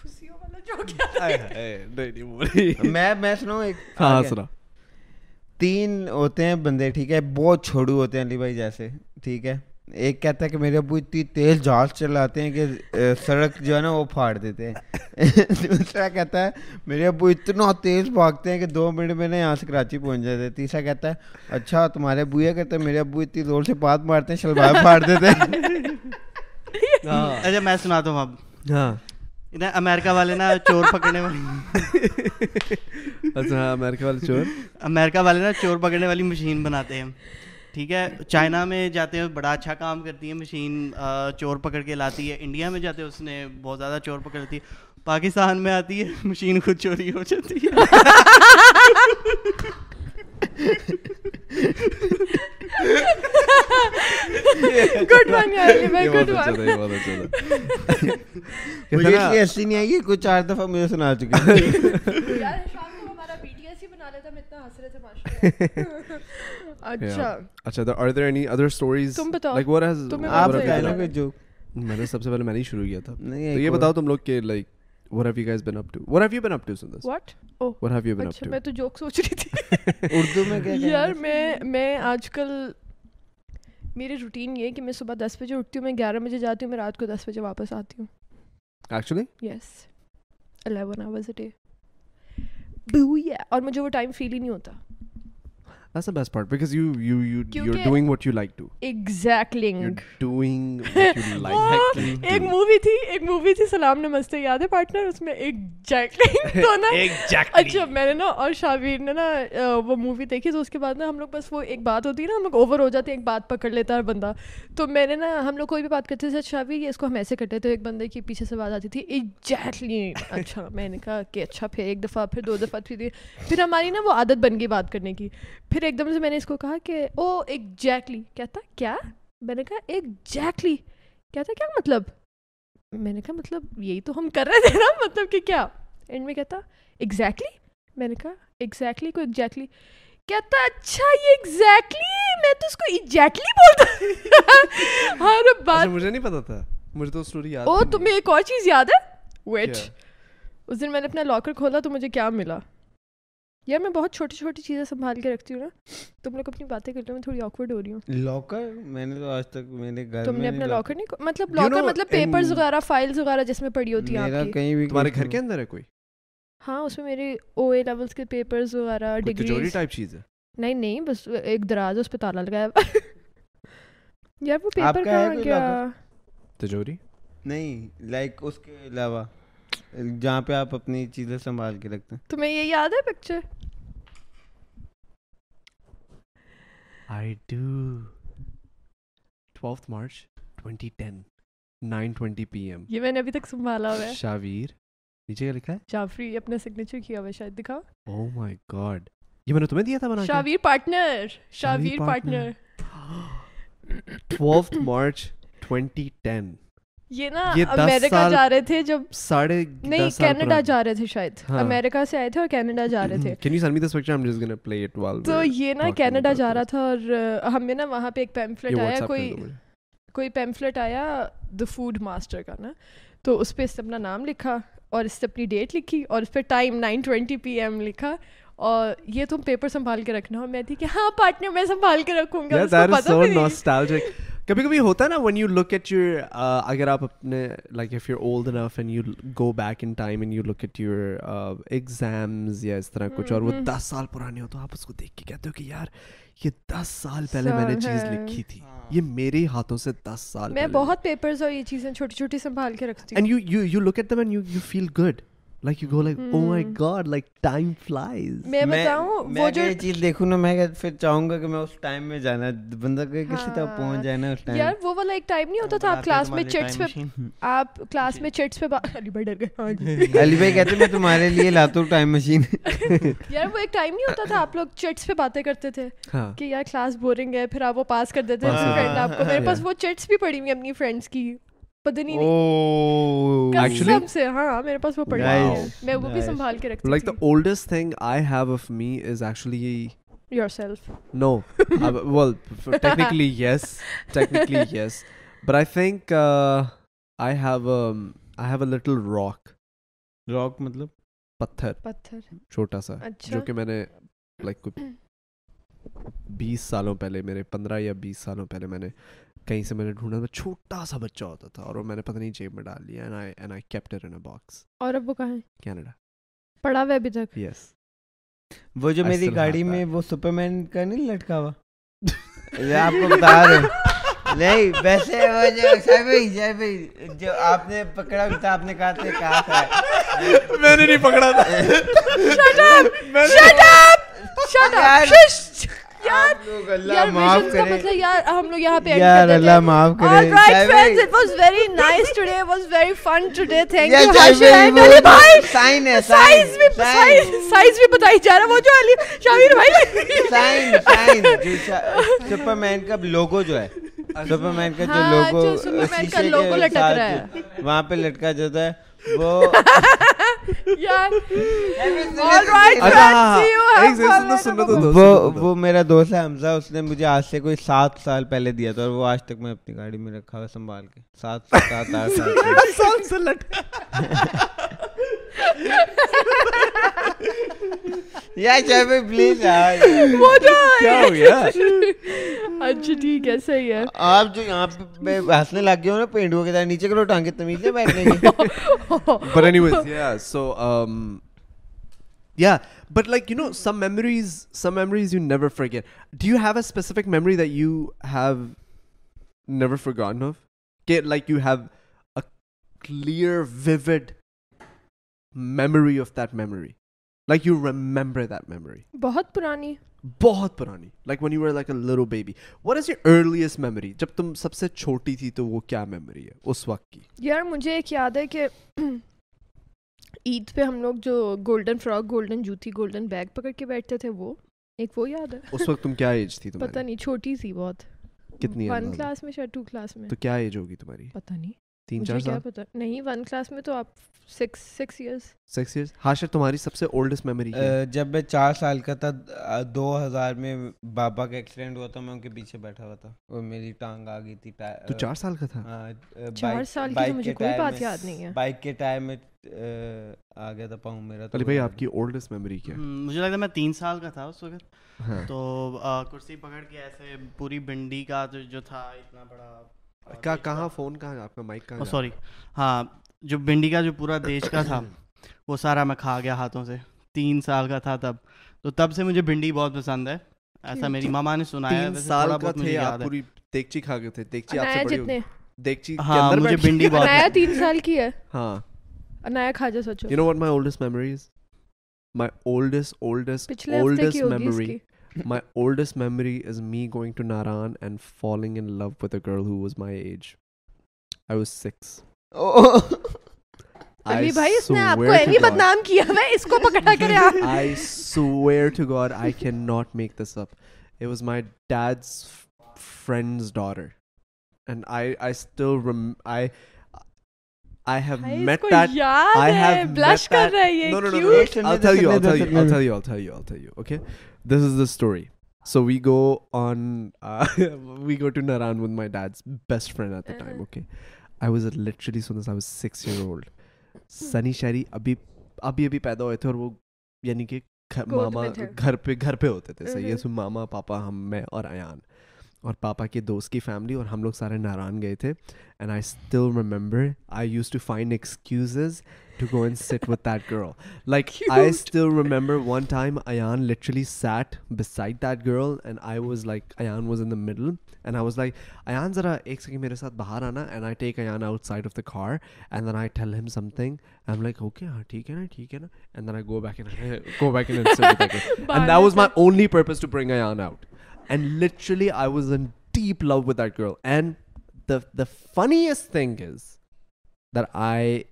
D: پھسیوں والا جوک یاد آیا۔
A: نہیں نہیں بولی
E: میں میں سناؤں ایک
A: ہاں
E: آگے۔
A: سنا
E: تین ہوتے ہیں بندے ٹھیک ہے بہت چھوڑو ہوتے ہیں علی بھائی جیسے ٹھیک ہے ایک کہتا ہے کہ میرے ابو اتنی تیز جہاز چلاتے ہیں کہ اے، سڑک جو ہے نا وہ پھاڑ دیتے ہیں دوسرا کہتا ہے میرے ابو اتنا تیز بھاگتے ہیں کہ دو منٹ میں نا یہاں سے کراچی پہنچ جاتے ہیں تیسرا کہتا ہے اچھا تمہارے ابو یہ کہتے ہیں میرے ابو اتنی زور سے پات مارتے ہیں شلوار پھاڑ دیتے ہیں
C: اچھا میں سناتا ہوں اب
A: ہاں
C: نا امریکہ والے نا چور پکڑنے والی
A: اچھا ہاں امیرکا والے چور
C: امریکہ والے نا چور پکڑنے والی مشین بناتے ہیں ٹھیک ہے چائنا میں جاتے ہیں بڑا اچھا کام کرتی ہے مشین چور پکڑ کے لاتی ہے انڈیا میں جاتے ہیں اس نے بہت زیادہ چور پکڑتی ہے پاکستان میں آتی ہے مشین خود چوری ہو جاتی ہے
D: گڈ ون یار علی بھائی گڈ
A: اچھا
D: ون
E: مجھے اس لیے ہنسی نہیں آئی یہ کوئی چار دفعہ مجھے سنا چکے ہیں
D: یار شام کو ہمارا بی ٹی ایس ہی بنا لیتا میں اتنا ہنس رہے تھے ماشاءاللہ اچھا تم بتاؤ۔ تمہیں
E: آپ
D: بتاؤ۔
E: کہنا
A: میں
E: کوئی جوک
A: نے سب سے پہلے میں نے شروع کیا تھا
E: نہیں، ایک
A: یہ
E: اور۔
A: بتاؤ تم لوگ کہ like what have you guys been up to what have you been up to Sundus
D: what oh
A: what have you been up
D: اچھا
A: ٹو
D: میں تو جوک سوچ رہی تھی
E: اردو میں کیا کہنا
D: یار میں میں آج کل میری روٹین یہ ہے کہ میں صبح دس بجے اٹھتی ہوں میں گیارہ بجے جاتی ہوں میں رات کو دس بجے واپس آتی ہوں
A: actually
D: yes eleven hours a day بو یا اور مجھے وہ ٹائم فیل ہی نہیں ہوتا
A: that's best part because you you you you
D: کیونکہ-
A: doing what you like to you
D: ایگزیکٹلنگ
A: doing
D: وہ
A: واٹ یو
D: Ah, ایک مووی تھی ایک مووی تھی سلام نمستے یاد ہے پارٹنر اس میں ایک جیکلنگ تو نا اچھا میں نے نا اور شاویر نے نا آ، وہ مووی دیکھی تو اس کے بعد نا ہم لوگ بس وہ ایک بات ہوتی ہے نا ہم لوگ اوور ہو جاتے ہیں ایک بات پکڑ لیتا ہے بندہ تو میں نے نا ہم لوگ کوئی بھی بات کرتے تھے شاویر یہ اس کو ہم ایسے کرتے تو ایک بندے کی پیچھے سے آواز آتی تھی ایگزیکٹلی اچھا میں نے کہا کہ اچھا پھر ایک دفعہ پھر دو دفعہ پھر تین- پھر ہماری نا وہ عادت بن گئی بات کرنے کی پھر ایک دم سے میں نے اس کو کہا کہ او ایگزیکٹلی کہتا کیا میں نے کہا ایگزیکٹلی کہتا کیا مطلب میں نے کہا مطلب یہی تو ہم کر رہے تھے نا مطلب کہ کیا اینڈ میں کہتا ایگزیکٹلی میں نے کہا ایگزیکٹلی کو ایگزیکٹلی کہتا اچھا یہ ایگزیکٹلی میں تو اس کو ایگزیکٹلی بولتا ہر بات
A: اچھا، مجھے نہیں پتا تھا مجھے تو اسٹوری یاد
D: او Oh, تمہیں ایک اور چیز یاد ہے ویٹ
A: کیا؟
D: اس دن میں نے اپنا لاکر کھولا تو مجھے کیا ملا یار میں بہت چھوٹی چھوٹی چیزیں سنبھال کے رکھتی ہوں نا تم لوگ اپنی باتیں کرتے ہو میں تھوڑی آکورڈ ہو رہی ہوں
E: لاکر میں نے تو آج تک میرے گھر
D: تم نے
E: میں
D: اپنا
E: نہیں
D: لاکر نہیں مطلب
A: You
D: لاکر
A: know,
D: مطلب
A: in-
D: پیپرز وغیرہ فائلز وغیرہ جس میں پڑی ہوتی ہیں
E: میرا
D: آپ کی
E: کہیں بھی
A: تمہارے گھر کے اندر ہے کوئی
D: ہاں اس میں میرے او اے لیولس کے پیپرز وغیرہ
A: تجوری
D: ڈگریز
A: ٹائپ چیز ہے
D: نہیں نہیں بس ایک دراز ہے، اس پہ تالا لگایا ہوا ہے۔ یار وہ
E: آپ
D: پیپر
E: کا ہے
D: کہاں
E: کوئی
D: گیا
A: تجوری
E: نہیں لائک اس کے علاوہ جہاں پہ آپ اپنی چیزیں سنبھال کے رکھتے
D: تمہیں یہ یاد ہے picture
A: I do twelfth March twenty ten nine twenty P M
D: یہ میں نے ابھی تک سنبھالا ہوا ہے
A: شاویر نیچے کیا لکھا ہے
D: جعفری اپنا سگنیچر کیا ہوا ہے شاید دکھاؤ
A: او مائی گاڈ یہ میں نے تمہیں دیا تھا بنا کے
D: Shavir partner
A: Shavir
D: Shavir
A: partner۔
D: Partner
A: twelfth March twenty ten
D: یہ نا
A: یہ دس
D: امریکہ
A: سال-
D: جا رہے تھے جب
A: ساڑھے
D: نہیں کینیڈا جا رہے تھے شاید
A: ہاں۔
D: امریکہ سے آئے تھے اور کینیڈا جا رہے تھے
A: can you send me this picture I am just gonna play it well
D: تو یہ نا کینیڈا جا رہا تھا اور ہمیں نا وہاں پہ ایک پیمفلیٹ آیا کوئی کوئی پیمفلیٹ آیا دا فوڈ ماسٹر کا نا تو اس پہ اس نے اپنا نام لکھا اور اس سے اپنی ڈیٹ لکھی اور اس پہ time nine twenty P M لکھا اور یہ تم پیپر سنبھال کے رکھنا اور میں تھی کہ ہاں پارٹنر میں سنبھال کے رکھوں گا اس کو
A: دیٹ از
D: پتہ
A: سو
D: بھی نہیں۔
A: نوسٹالجک کبھی کبھی ہوتا ہے نا when you look at your اگر آپ اپنے like if you old enough and you go back in time and you look at your uh, exams یا اس طرح کچھ اور وہ دس سال پرانے ہو تو آپ اس کو دیکھ کے کہتے ہو کہ یار یہ دس سال پہلے میں نے چیز لکھی تھی یہ میرے ہاتھوں سے دس سال
D: میں بہت پیپرز اور یہ چیزیں چھوٹی چھوٹی سنبھال کے رکھتی ہوں
A: and you you you look at them and you you feel good like you go like oh my God like time flies
D: میں بتاؤں وہ جو
E: یہ چیز دیکھوں نا میں پھر چاہوں گا کہ میں اس ٹائم میں جانا بندہ کسی طرح پہنچ جائے نا اس
D: ہاں۔ یار
E: ٹائم
D: وہ والا ایک ٹائم نہیں ہوتا تھا آپ کلاس میں چٹس پہ آپ کلاس میں چٹس پہ علی بھائی ڈر گئے ہاں جی
E: علی بھائی کہتے میں تمہارے لیے لاتا ہوں ٹائم مشین
D: یار وہ ایک ٹائم نہیں ہوتا تھا آپ لوگ چٹس پہ باتیں کرتے تھے
A: ہاں
D: کہ یار کلاس بورنگ ہے پھر آپ وہ پاس کر دیتے
E: ہاں،
D: اپنی فرینڈ آپ کو میرے پاس وہ چٹس بھی پڑی ہوئی ہیں اپنی فرینڈس کی پتہ
E: Oh,
D: نہیں قسم سے ہاں میرے پاس وہ پڑی ہوئی ہیں میں وہ بھی سنبھال کے رکھتی
A: لائک دا
D: تھی
A: oldest thing I have of me is actually
D: your self
A: know well technically yes technically yes but I think I have I have a little rock
E: rock مطلب
A: پتھر
D: پتھر
A: چھوٹا سا
D: اچھا
A: جو کہ میں نے لائک کوئی بیس سالوں پہلے میرے پندرہ یا بیس سالوں پہلے میں نے کہیں سے میں نے ڈھونڈا تھا چھوٹا سا بچہ ہوتا تھا اور وہ میں نے پتہ نہیں جیب میں ڈال لیا اینڈ آئی کیپٹر ان باکس
D: اور اب وہ کہاں ہے
A: کینیڈا
D: پڑا ہوا ہے ابھی تک
A: یس
E: وہ جو
A: I
E: میری
A: still
E: گاڑی
A: have
E: میں
A: that.
E: وہ سپر مین کا نہیں لٹکا ہوا آپ کو بتا رہے نہیں ویسے وہ جو شاہ بھائی شاہ بھائی جو آپ نے پکڑا ہوا تھا آپ نے کہا تھا کہا تھا
A: میں نے نہیں پکڑا تھا
D: Shut up! Shut up! Shut up!
E: یار-
D: Shush! یار یار visions
E: آپ لوگ اللہ معاف
D: کا
E: کرے
D: مطلب یار ہم لوگ یہاں پہ end کر
E: یار
D: دیتے
E: اللہ
D: ہیں۔
E: معاف کرے
D: All right,
E: شاہ بھائی
D: friends, it was very nice today. It was very fun today. Thank
E: Yeah,
D: you,
E: Shai
D: Harshil
E: bhai,
D: and
E: وہ
D: Ali bhai.
E: sign ہے,
D: Size
E: sign,
D: بھی
E: sign.
D: size- size بھی بتائی جا رہا ہے. وہ جو علی شاویر
E: سائن
D: بھائی
E: سائن سپر مین کا لوگو جو ہے سپر مین کا جو
D: ہاں،
E: لوگو
D: جو Superman کا
E: شیشے
D: logo
E: کے
D: لٹک
E: ساتھ
D: رہا ہے۔
E: جو- وہاں پہ لٹکا جاتا ہے وہ
D: یار All right,
A: اچھا، ہاں،
D: friends, see you. Have fun.
E: وہ وہ میرا دوست ہے حمزہ اس نے مجھے آج سے کوئی سات سال پہلے دیا تھا اور وہ آج تک میں اپنی گاڑی میں رکھا ہوا سنبھال کے سات سات آٹھ سال سے۔ یار چاہے بھائی پلیز یار
D: وہ جو
A: کیا ہو گیا
D: اچھا ٹھیک ہے صحیح ہے
E: آپ جو یہاں پہ ہنسنے لگ گئے ہو نا پینڈو کے طرح نیچے کرو ٹانگے تمیز سے بیٹھنے کی
A: but anyways yeah so um yeah but like you know some memories some memories you never forget do you have a specific memory that you have never forgotten of get like you have a clear vivid memory of that memory like you remember that memory
D: بہت پرانی
A: بہت پرانی like when you were like a little baby what is your earliest memory جب تم سب سے چھوٹی تھی تو وہ کیا memory ہے اس وقت کی
D: یار مجھے ایک یاد ہے کہ عید پہ ہم لوگ جو گولڈن فراک گولڈن جوتی گولڈن بیگ پکڑ کے بیٹھتے تھے وہ ایک وہ یاد ہے
A: اس وقت تم کیا ایج تھی
D: پتہ
A: تمہاری
D: نہیں چھوٹی سی بہت
A: کتنی
D: ون
A: اندازہ
D: کلاس میں شاید ٹو کلاس میں
A: تو کیا ایج ہوگی تمہاری
D: پتہ نہیں
A: تین
D: مجھے
A: چار
D: کیا
A: سال
D: پتہ نہیں ون کلاس میں تو آپ six six years
A: six years Hashir ہاں تمہاری سب سے اولڈسٹ میموری
E: جب میں چار سال کا تھا دو ہزار میں بابا کا ایکسیڈنٹ ہوا تھا میں ان کے پیچھے بیٹھا ہوا تھا اور میری ٹانگ آ گئی تھی
A: تو چار سال کا
C: ہاں،
A: تھا
E: ہاں،
D: چار سال کی تو مجھے کوئی بات یاد نہیں ہے
E: بائک کے ٹائر میں آ گیا تھا پاؤں میرا
A: علی بھائی آپ کی اولڈسٹ میموری کیا
C: مجھے لگتا ہے میں تین سال کا تھا اس وقت
A: ہے
C: تو کرسی پکڑ کے ایسے پوری بنڈی کا جو تھا اتنا بڑا
A: کہاں فون کہاں آپ کا مائک کہاں
C: سوری ہاں جو بھنڈی کا جو پورا دیش کا تھا وہ سارا میں کھا گیا ہاتھوں سے تین سال کا تھا تب تو تب سے مجھے بھنڈی بہت پسند ہے ایسا میری ماما نے سنایا
A: تین سال کا تھے آپ پوری دیگچی کھا گئے تھے دیگچی اچھا، آپ سے بڑی
D: انایا جتنے
A: دیگچی
C: ہاں مجھے بھنڈی بہت
D: انایا تین سال کی ہے
A: ہاں
D: انایا کھاجا سوچو
A: you know what my oldest memory is my oldest oldest
D: پچھلے ہفتے
A: اولڈسٹ
D: کی ہوگی اس
A: میموری
D: کی
A: my oldest memory is me going to Naran and falling in love with a girl who was my age I was six
D: Ali بھائی اس نے آپ کو اینی بدنام کیا ہے اس کو پکڑا کرے آپ
A: I swear to God, I cannot make this up. It was my dad's f- friend's daughter, and I I still rem I I have met that. I have
D: بلش
A: met
D: کر
A: that.
D: رہا ہے یہ
A: No, no, no, no,
D: کیوں
A: no.
E: cute.
A: I'll tell you. I'll
E: Listen,
A: tell you.
E: listen,
A: I'll tell you. I'll tell you. I'll tell you. Okay, this is the story. So we go on. Uh, we go to Naran with my dad's best friend at the time.
D: Uh-huh.
A: Okay, I was literally soon as I was six year old. Sunny Sherry, abhi abhi abhi paida hoye the aur wo yani ki گھر-
D: گود
A: ماما
D: میں تھے۔
A: گھر پہ گھر پہ ہوتے تھے صحیح ہے سو ماما پاپا ہم میں اور ایان اور پاپا کے دوست کی فیملی اور ہم لوگ سارے ناران گئے تھے and I still remember I used to find excuses to go and sit with that girl like I still remember one time Ayan literally sat beside that girl and I was like Ayan was in the middle and I was like Ayan ذرا ایک second میرے ساتھ باہر آنا and I take Ayan outside of the car and then I tell him something I am like okay ہاں ٹھیک ہے نا ٹھیک ہے نا and then I go back go back and that was my only purpose to bring Ayan out and literally I was in deep love with that girl and the the funniest thing is that I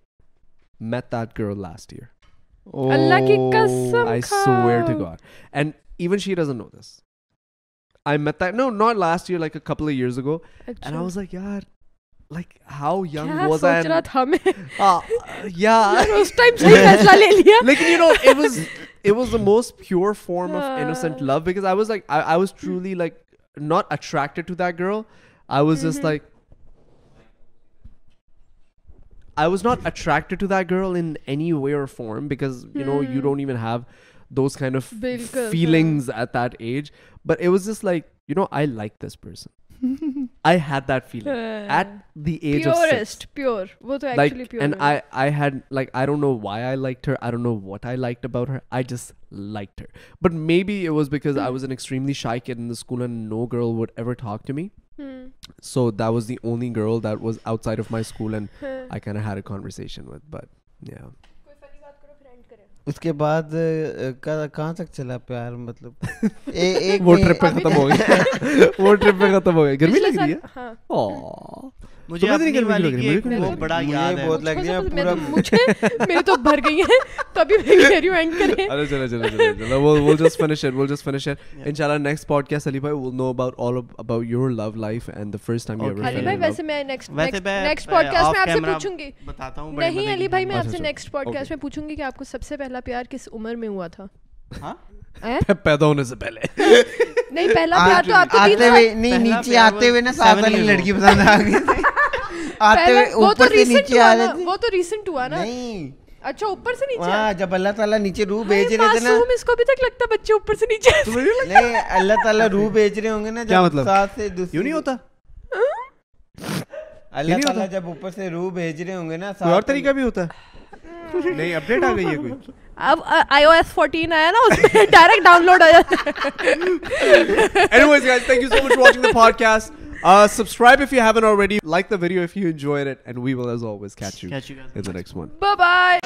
A: met that girl last year
D: اللہ کی قسم
A: Oh, I swear to God. And even she doesn't know this. I met that no, not last year, like a couple of years ago. And I was like, yeah, like how young was I?
D: اچھا۔ سوچ رہا
A: And-
D: تھا میں
A: Ah, yeah.
D: اس time صحیح فیصلہ لے لیا
A: like you know, it was it was the most pure form of innocent
D: Uh.
A: love because I was like I, I was truly like not attracted to that girl. I was just like I was not attracted to that girl in any way or form because you know you don't even have those kind of
D: Bilkul, huh.
A: feelings at that age. But it was just like you know I like this person. I had that feeling at the age of six.
D: Purest pure وہ تو
A: like
D: actually pure
A: and i i had like i don't know why i liked her i don't know what i liked about her i just liked her but maybe it was because i was an extremely shy kid in the school and no girl would ever talk to me so that was the only girl that was outside of my school and i kind of had a conversation with but yeah
E: اس کے بعد کہاں تک چلا پیار مطلب ایک
A: وہ ٹرپ پہ ختم ہو گئی وہ ٹرپ پہ ختم ہو گئی گرمی لگ رہی ہے
D: ہاں
A: Aw.
C: مجھے
A: تمہیں تو نہیں
C: اپنی
A: گرمی
C: والی
A: لگ رہی،
C: کی
A: میرے
C: ایک
A: کو نہیں
C: وہ
A: لگ رہی۔
C: بڑا
E: مجھے
C: یاد ہے
E: بہت لگ رہی ہے پورا
D: میرے تو بھر گئی ہیں تبھی میں کہہ رہی ہوں اینڈ کریں
A: ارے چلو چلو چلو چلو we'll we'll just finish it we'll just finish it inshallah next podcast ali bhai will know about all of, about your love life and the first time you ever fell
C: Okay.
D: علی بھائی
A: in love.
D: ویسے میں next
C: ویسے میں
D: next podcast
C: آف
D: میں آپ سے
C: camera
D: پوچھوں گی
C: بتاتا ہوں بڑے
D: نہیں
C: مزے
D: علی
C: کی
D: بھائی میں
A: بات
D: آپ
A: ہے سر۔
D: سے نیکسٹ
E: اچھا،
D: پوڈ کاسٹ
A: Okay.
D: میں پوچھوں گی کہ آپ کو سب سے پہلا پیار کس عمر میں ہوا تھا
C: بات- ہاں
A: پیدا ہونے سے پہلے
D: نہیں پہلا پیار تو آپ کو
E: آتے
D: تین
E: ہوئے نہیں نیچے آتے ہوئے نا ساتھ والی لڑکی پسند آ گئی آتے ہوئے
D: وہ تو
E: اوپر سے
D: ریسنٹ
E: نیچے
D: ہوا
E: آ
D: نا
E: رہے
D: وہ تو ریسنٹ ہوا نا
E: نہیں
D: اچھا اوپر سے نیچے
E: ہاں جب اللہ تعالیٰ نیچے روح بھیج رہے تھے نا
D: معصوم اس کو ابھی تک لگتا بچے اوپر سے نیچے
E: نہیں اللہ تعالیٰ روح بھیج رہے ہوں گے نا
A: کیا مطلب؟
E: ساتھ سے دوسری
A: یوں نہیں ہوتا
E: اللہ تعالیٰ جب اوپر سے روح بھیج رہے ہوں گے نا
A: کوئی اور طریقہ بھی ہوتا ہے نہیں اپڈیٹ آ گئی ہے کوئی
D: اب آئی او ایس فورٹین آیا نا اس میں ڈائریکٹ ڈاؤن لوڈ آ جاتا ہے
A: Anyways, guys, thank you so much for watching the podcast. Uh, subscribe if you haven't already. Like the video if you enjoyed it. And we will, as always, catch you
C: Catch you guys.
A: in the next one.
D: Bye